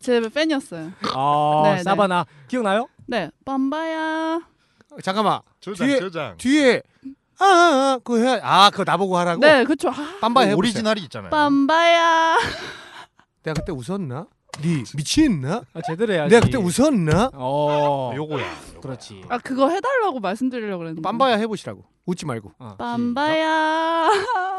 [SPEAKER 2] 제 팬이었어요.
[SPEAKER 3] 아,
[SPEAKER 2] 네, 네.
[SPEAKER 3] 사바나 기억나요?
[SPEAKER 2] 네, 밤바야.
[SPEAKER 5] 잠깐만
[SPEAKER 4] 저장
[SPEAKER 5] 뒤에-
[SPEAKER 4] 저장.
[SPEAKER 5] 뒤에 아, 아, 아 그거 해야 아 그거 나보고 하라고?
[SPEAKER 2] 네, 그렇죠. 아,
[SPEAKER 5] 반바야 해보세요.
[SPEAKER 4] 오리지널이 있잖아요.
[SPEAKER 2] 밤바야.
[SPEAKER 5] 내가 그때 웃었나? 네 미친나?
[SPEAKER 3] 아, 제대로 해야지.
[SPEAKER 5] 내가 네, 그때 웃었나?
[SPEAKER 4] 아,
[SPEAKER 3] 어,
[SPEAKER 4] 요거야.
[SPEAKER 3] 그렇지.
[SPEAKER 2] 아 그거 해달라고 말씀드리려고 그랬는데.
[SPEAKER 5] 반바야 해보시라고. 웃지 말고.
[SPEAKER 4] 어.
[SPEAKER 2] 밤바야.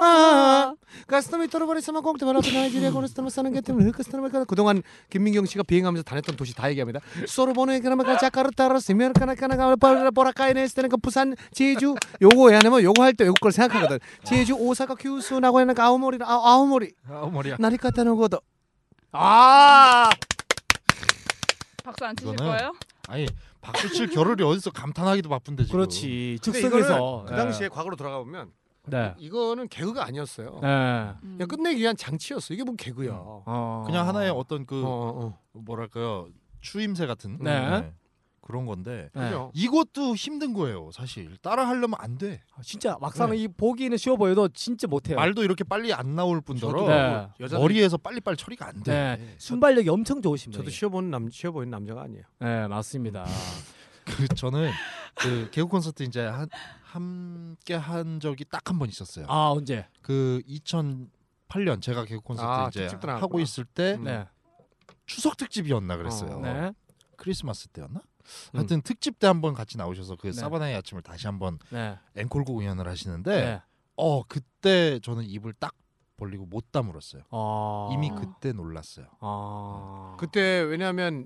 [SPEAKER 5] 아, 가스텀이 떨어버렸으면 공트 바로 앞에 나이지리아 고르스텀을 사는 게 때문에 가스텀을 가는 그동안 김민경 씨가 비행하면서 다녔던 도시 다 얘기합니다. 소르보네 그나마가 자카르타로 스메르카나카나가 보라카이네스테는 그 부산 제주 요거 해야 되면 요거 할 때 요거 걸 생각하거든. 제주 오사카 규수 나고야는 아오모리 아, 아오모리
[SPEAKER 4] 아, 머리야.
[SPEAKER 5] 나리카타노고도
[SPEAKER 3] 아,
[SPEAKER 2] 박수 안 치실
[SPEAKER 4] 이거는-
[SPEAKER 2] 거예요?
[SPEAKER 4] 아니, 박수 칠 겨를이 어디서 감탄하기도 바쁜데 지금.
[SPEAKER 3] 그렇지. 즉석에서
[SPEAKER 5] 그 당시에 과거로 돌아가 보면
[SPEAKER 3] 네,
[SPEAKER 5] 이거는 개그가 아니었어요.
[SPEAKER 3] 네. 네.
[SPEAKER 2] 음.
[SPEAKER 5] 그냥 끝내기 위한 장치였어. 이게 뭔 개그야.
[SPEAKER 3] 어.
[SPEAKER 4] 그냥 하나의 어떤 그
[SPEAKER 5] 어, 어, 어.
[SPEAKER 4] 뭐랄까요? 추임새 같은
[SPEAKER 3] 네.
[SPEAKER 4] 그런 건데
[SPEAKER 3] 네.
[SPEAKER 5] 그죠?
[SPEAKER 4] 이것도 힘든 거예요, 사실. 따라 하려면 안 돼.
[SPEAKER 3] 아, 진짜 막상 이 보기는 쉬워 보여도 진짜 못해요.
[SPEAKER 4] 말도 이렇게 빨리 안 나올 뿐더러
[SPEAKER 3] 네.
[SPEAKER 5] 여자들이-
[SPEAKER 4] 머리에서 빨리빨리 처리가 안 돼.
[SPEAKER 3] 네, 순발력이 엄청 좋으신 분이에요.
[SPEAKER 5] 저도 쉬어 보는 남 쉬어 보이는 남자가 아니에요.
[SPEAKER 3] 네, 맞습니다.
[SPEAKER 4] 그 저는 그 개그 콘서트 이제 한 함께 한 적이 딱 한 번 있었어요.
[SPEAKER 3] 아, 언제?
[SPEAKER 4] 그 2008년 제가 개그 콘서트
[SPEAKER 5] 아,
[SPEAKER 4] 이제
[SPEAKER 5] 특집도 나갔구나.
[SPEAKER 4] 하고 있을 때
[SPEAKER 5] 음.
[SPEAKER 3] 네,
[SPEAKER 4] 추석 특집이었나 음. 그랬어요.
[SPEAKER 5] 어,
[SPEAKER 3] 네,
[SPEAKER 4] 크리스마스 때였나? 하여튼 특집 때 한번 같이 나오셔서 그
[SPEAKER 3] 네.
[SPEAKER 4] 사바나의 아침을 다시 한번
[SPEAKER 3] 네,
[SPEAKER 4] 앵콜곡 공연을 하시는데
[SPEAKER 3] 네.
[SPEAKER 4] 어 그때 저는 입을 딱 벌리고 못 다물었어요.
[SPEAKER 3] 어,
[SPEAKER 4] 이미
[SPEAKER 2] 아.
[SPEAKER 4] 그때 놀랐어요.
[SPEAKER 3] 아,
[SPEAKER 5] 그때 왜냐하면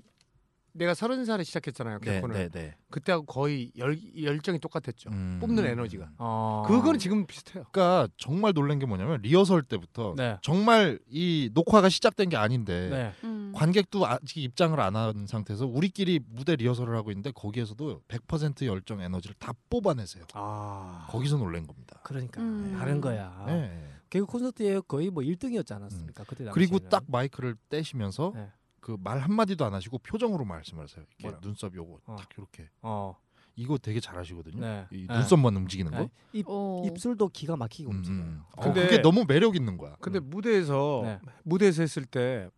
[SPEAKER 5] 내가 서른 살에 시작했잖아요 개콘을
[SPEAKER 4] 네.
[SPEAKER 5] 그때하고 거의 열, 열정이 똑같았죠
[SPEAKER 4] 음.
[SPEAKER 5] 뽑는 에너지가
[SPEAKER 3] 어,
[SPEAKER 5] 그거는 지금 비슷해요
[SPEAKER 4] 그러니까 정말 놀란 게 뭐냐면 리허설 때부터
[SPEAKER 3] 네,
[SPEAKER 4] 정말 이 녹화가 시작된 게
[SPEAKER 3] 네,
[SPEAKER 4] 아닌데
[SPEAKER 2] 음.
[SPEAKER 4] 관객도 아직 입장을 안 한 상태에서 우리끼리 무대 리허설을 하고 있는데 거기에서도 100% 열정 에너지를 다 뽑아내세요.
[SPEAKER 3] 아,
[SPEAKER 4] 거기서 놀란 겁니다.
[SPEAKER 3] 그러니까
[SPEAKER 2] 음.
[SPEAKER 3] 다른 거야.
[SPEAKER 4] 네.
[SPEAKER 3] 아. 개그 콘서트에 거의 뭐 1등이었지 않았습니까? 그때 당시에는.
[SPEAKER 4] 그리고 딱 마이크를 떼시면서
[SPEAKER 3] 네.
[SPEAKER 4] 그 말 한마디도 안 하시고 표정으로 말씀을 하세요. 이렇게
[SPEAKER 3] 뭐라?
[SPEAKER 4] 눈썹 요거
[SPEAKER 3] 어.
[SPEAKER 4] 딱 이렇게
[SPEAKER 3] 어,
[SPEAKER 4] 이거 되게 잘하시거든요.
[SPEAKER 3] 네.
[SPEAKER 4] 음? 이
[SPEAKER 3] 네.
[SPEAKER 4] 눈썹만 움직이는 거.
[SPEAKER 3] 네. 입
[SPEAKER 2] 어.
[SPEAKER 3] 입술도 기가 막히게
[SPEAKER 4] 음,
[SPEAKER 3] 움직여요.
[SPEAKER 4] 음. 어,
[SPEAKER 5] 근데-
[SPEAKER 4] 그게 너무 매력 있는 거야. 음.
[SPEAKER 5] 근데 무대에서
[SPEAKER 3] 네.
[SPEAKER 5] 무대에서 했을 때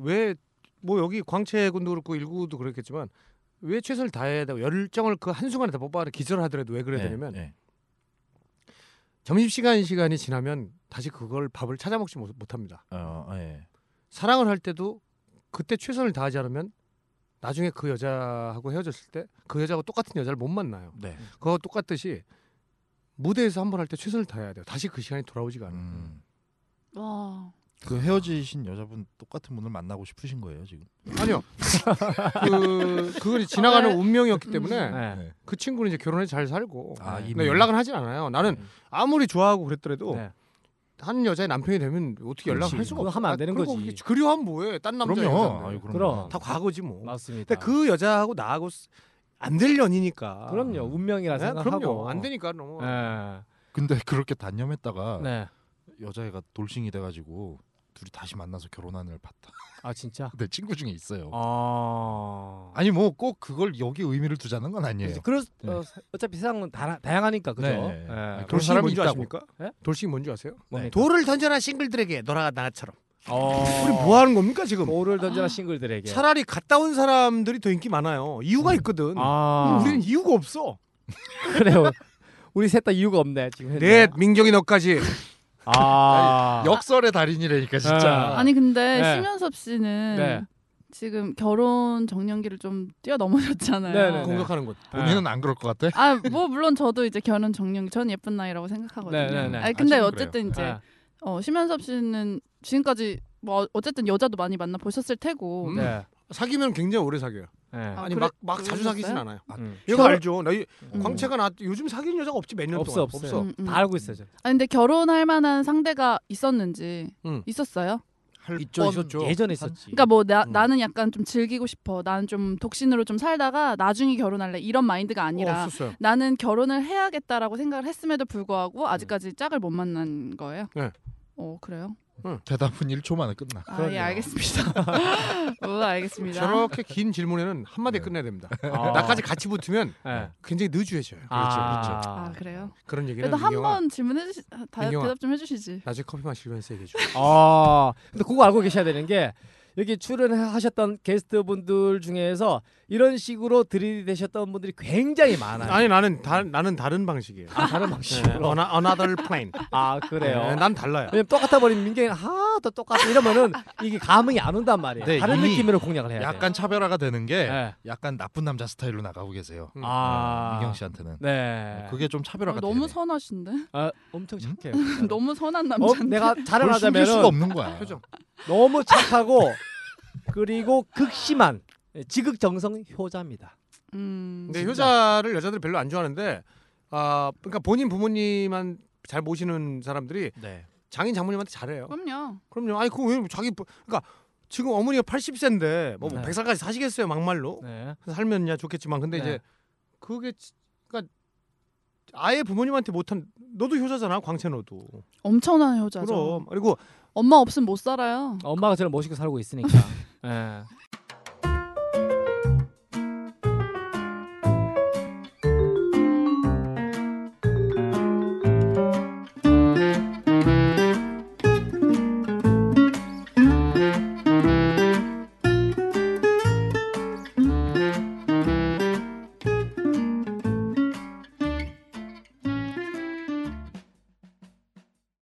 [SPEAKER 5] 왜 뭐 여기 광채 군도 그렇고 일구도 그렇겠지만 왜 최선을 다해야 되고 열정을 그 한순간에 다 뽑아내 기절을 하더라도 왜 그래야
[SPEAKER 4] 네,
[SPEAKER 5] 되냐면
[SPEAKER 4] 네.
[SPEAKER 5] 점심시간 시간이 지나면 다시 그걸 밥을 찾아먹지 못- 못합니다
[SPEAKER 4] 어, 예.
[SPEAKER 5] 사랑을 할 때도 그때 최선을 다하지 않으면 나중에 그 여자하고 헤어졌을 때 그 여자하고 똑같은 여자를 못 만나요.
[SPEAKER 4] 네.
[SPEAKER 5] 그거 똑같듯이 무대에서 한 번 할 때 최선을 다해야 돼요. 다시 그 시간이 돌아오지가 않아요.
[SPEAKER 4] 음.
[SPEAKER 2] 와.
[SPEAKER 4] 그 헤어지신 여자분 똑같은 분을 만나고 싶으신 거예요 지금?
[SPEAKER 5] 아니요. 그 그건 지나가는
[SPEAKER 2] 아, 네.
[SPEAKER 5] 운명이었기
[SPEAKER 2] 음.
[SPEAKER 5] 때문에
[SPEAKER 3] 네.
[SPEAKER 4] 네.
[SPEAKER 5] 그 친구는 이제 결혼해서 잘 살고
[SPEAKER 4] 아,
[SPEAKER 5] 근데
[SPEAKER 4] 이미.
[SPEAKER 5] 연락은 하진 않아요. 나는 아무리 좋아하고 그랬더라도
[SPEAKER 3] 네.
[SPEAKER 5] 한 여자의 남편이 되면 어떻게 연락을 할 수가
[SPEAKER 3] 그거
[SPEAKER 5] 없어. 아,
[SPEAKER 3] 하면 안 되는
[SPEAKER 5] 그리고
[SPEAKER 3] 거지.
[SPEAKER 5] 그게 그리워하면 뭐해? 딴 남자
[SPEAKER 4] 그럼요.
[SPEAKER 5] 여자인데.
[SPEAKER 4] 아유, 그럼요.
[SPEAKER 3] 그럼.
[SPEAKER 5] 다 과거지 뭐.
[SPEAKER 3] 맞습니다.
[SPEAKER 5] 근데 그 여자하고 나하고 안 될 연이니까.
[SPEAKER 3] 아. 그럼요
[SPEAKER 5] 네,
[SPEAKER 3] 운명이라 생각하고
[SPEAKER 5] 그럼요. 안 되니까 너무.
[SPEAKER 3] 네.
[SPEAKER 4] 근데 그렇게 단념했다가
[SPEAKER 3] 네.
[SPEAKER 4] 여자애가 돌싱이 돼가지고 둘이 다시 만나서 결혼하는 걸 봤다.
[SPEAKER 3] 아 진짜.
[SPEAKER 4] 내 친구 중에 있어요.
[SPEAKER 3] 아.
[SPEAKER 4] 아니 뭐 꼭 그걸 여기 의미를 두자는 건 아니에요.
[SPEAKER 3] 그래서 그럴 수-
[SPEAKER 4] 네.
[SPEAKER 3] 어, 어차피 세상은 다, 다양하니까 그죠.
[SPEAKER 4] 네, 네.
[SPEAKER 3] 예.
[SPEAKER 4] 아니, 그런
[SPEAKER 5] 돌싱이
[SPEAKER 4] 사람이
[SPEAKER 5] 뭔지
[SPEAKER 4] 있다고.
[SPEAKER 5] 아십니까?
[SPEAKER 3] 네?
[SPEAKER 5] 돌싱이 뭔지 아세요?
[SPEAKER 3] 뭡니까?
[SPEAKER 5] 돌을 던져라 싱글들에게 너라 나처럼.
[SPEAKER 3] 어.
[SPEAKER 5] 우리 뭐 하는 겁니까 지금?
[SPEAKER 3] 돌을 던져라 싱글들에게.
[SPEAKER 5] 차라리 갔다 온 사람들이 더 인기 많아요. 이유가 있거든.
[SPEAKER 3] 아.
[SPEAKER 5] 우리는 이유가 없어.
[SPEAKER 3] 그래요. 우리 셋 다 이유가 없네 지금.
[SPEAKER 5] 네,
[SPEAKER 3] 현재.
[SPEAKER 5] 민경이 너까지.
[SPEAKER 3] 아.
[SPEAKER 4] 역설의 달인이라니까 진짜.
[SPEAKER 3] 아.
[SPEAKER 2] 아니 근데
[SPEAKER 3] 네.
[SPEAKER 2] 심연섭 씨는
[SPEAKER 3] 네.
[SPEAKER 2] 지금 결혼 정년기를 좀 뛰어넘으셨잖아요.
[SPEAKER 3] 네, 네, 네.
[SPEAKER 5] 공격하는 것.
[SPEAKER 4] 본인은 안 그럴 것 같아?
[SPEAKER 2] 아 뭐 물론 저도 이제 결혼 정년기 전 예쁜 나이라고 생각하거든요.
[SPEAKER 3] 네, 네, 네.
[SPEAKER 2] 아니, 근데
[SPEAKER 4] 아직은
[SPEAKER 2] 어쨌든 이제
[SPEAKER 3] 네.
[SPEAKER 2] 어, 심연섭 씨는 지금까지 뭐 어쨌든 여자도 많이 만나 보셨을 테고
[SPEAKER 5] 음.
[SPEAKER 3] 네.
[SPEAKER 5] 사귀면 굉장히 오래 사귀어요.
[SPEAKER 3] 네.
[SPEAKER 2] 아,
[SPEAKER 5] 아니
[SPEAKER 2] 그래-
[SPEAKER 5] 막 막 자주 사귀진
[SPEAKER 2] 그러셨어요?
[SPEAKER 5] 않아요.
[SPEAKER 3] 음.
[SPEAKER 5] 이거 알죠. 나 이,
[SPEAKER 2] 음.
[SPEAKER 5] 광채가 나 요즘 사귀는 여자가 없지 몇 년
[SPEAKER 3] 없어
[SPEAKER 5] 동안.
[SPEAKER 3] 없어.
[SPEAKER 2] 음, 음.
[SPEAKER 3] 다 알고 있어요. 저.
[SPEAKER 2] 아니 근데 결혼할 만한 상대가 있었는지
[SPEAKER 5] 음.
[SPEAKER 2] 있었어요?
[SPEAKER 5] 할
[SPEAKER 3] 있죠,
[SPEAKER 5] 뻔-
[SPEAKER 3] 있었죠. 예전에 있었지.
[SPEAKER 2] 그러니까 뭐 나,
[SPEAKER 5] 음.
[SPEAKER 2] 나는 약간 좀 즐기고 싶어. 나는 좀 독신으로 좀 살다가 나중에 결혼할래. 이런 마인드가 아니라
[SPEAKER 5] 없었어요.
[SPEAKER 2] 나는 결혼을 해야겠다라고 생각을 했음에도 불구하고 아직까지 짝을 못 만난 거예요.
[SPEAKER 5] 네.
[SPEAKER 2] 어 그래요?
[SPEAKER 4] 대답은 1초 만에 끝나.
[SPEAKER 2] 아
[SPEAKER 3] 그럼요.
[SPEAKER 2] 예 알겠습니다. 어, 알겠습니다.
[SPEAKER 5] 저렇게 긴 질문에는 한 마디
[SPEAKER 4] 네.
[SPEAKER 5] 끝내야 됩니다.
[SPEAKER 2] 뭐
[SPEAKER 3] 아.
[SPEAKER 5] 나까지 같이 붙으면
[SPEAKER 3] 네.
[SPEAKER 5] 굉장히 느주해져요.
[SPEAKER 3] 아.
[SPEAKER 2] 아 그래요?
[SPEAKER 5] 그런 얘기는
[SPEAKER 2] 그래도 한
[SPEAKER 5] 민경아,
[SPEAKER 2] 번 질문해 주시 다,
[SPEAKER 5] 민경아.
[SPEAKER 2] 대답 좀 해주시지.
[SPEAKER 5] 나중에 커피 마시면서 얘기해 줘.
[SPEAKER 3] 아 근데 그거 알고 계셔야 되는 게 여기 출연하셨던 게스트분들 중에서 이런 식으로 들이대셨던 분들이 굉장히 많아요.
[SPEAKER 5] 아니 나는 다, 나는 다른 방식이에요.
[SPEAKER 3] 아, 다른 방식으로.
[SPEAKER 5] On a- another plane.
[SPEAKER 3] 아
[SPEAKER 5] 네,
[SPEAKER 3] 그래요.
[SPEAKER 5] 난 달라요.
[SPEAKER 3] 왜냐면 똑같아 버리면 민경이 하또 똑같아 이러면은 이게 감흥이 안 온단 말이에요.
[SPEAKER 4] 네,
[SPEAKER 3] 다른
[SPEAKER 4] 이미
[SPEAKER 3] 느낌으로 공략을 해야 돼.
[SPEAKER 4] 약간 차별화가 되는 게
[SPEAKER 3] 네.
[SPEAKER 4] 약간 나쁜 남자 스타일로 나가고 계세요.
[SPEAKER 5] 음.
[SPEAKER 3] 아.
[SPEAKER 4] 민경 씨한테는
[SPEAKER 3] 네.
[SPEAKER 4] 그게 좀 차별화가
[SPEAKER 2] 어, 너무
[SPEAKER 4] 되네.
[SPEAKER 2] 선하신데?
[SPEAKER 3] 아, 엄청
[SPEAKER 4] 음?
[SPEAKER 3] 착해요. 진짜로.
[SPEAKER 2] 너무 선한
[SPEAKER 3] 어,
[SPEAKER 2] 남자인데.
[SPEAKER 3] 내가
[SPEAKER 4] 그걸 숨길 수가
[SPEAKER 3] 자랑하자면은
[SPEAKER 4] 없는 거야.
[SPEAKER 5] 표정.
[SPEAKER 3] 너무 착하고 그리고 극심한 네, 지극정성 효자입니다.
[SPEAKER 2] 음.
[SPEAKER 5] 근데
[SPEAKER 3] 진짜.
[SPEAKER 5] 효자를 여자들이 별로 안 좋아하는데 아 그러니까 본인 부모님만 잘 모시는 사람들이
[SPEAKER 4] 네.
[SPEAKER 5] 장인
[SPEAKER 2] 음.
[SPEAKER 5] 장모님한테 잘해요.
[SPEAKER 2] 그럼요.
[SPEAKER 5] 그럼요. 아니 그왜 자기 부- 그러니까 지금 어머니가 80세인데 뭐
[SPEAKER 3] 네.
[SPEAKER 5] 100살까지 사시겠어요 막말로
[SPEAKER 3] 네.
[SPEAKER 5] 살면야 좋겠지만 근데
[SPEAKER 3] 네.
[SPEAKER 5] 이제 그게 지- 그러니까 아예 부모님한테 못한 너도 효자잖아 광채 너도
[SPEAKER 2] 엄청난 효자죠.
[SPEAKER 5] 그럼 그리고
[SPEAKER 2] 엄마 없으면 못 살아요.
[SPEAKER 3] 엄마가 저를 모시고 살고 있으니까. 예.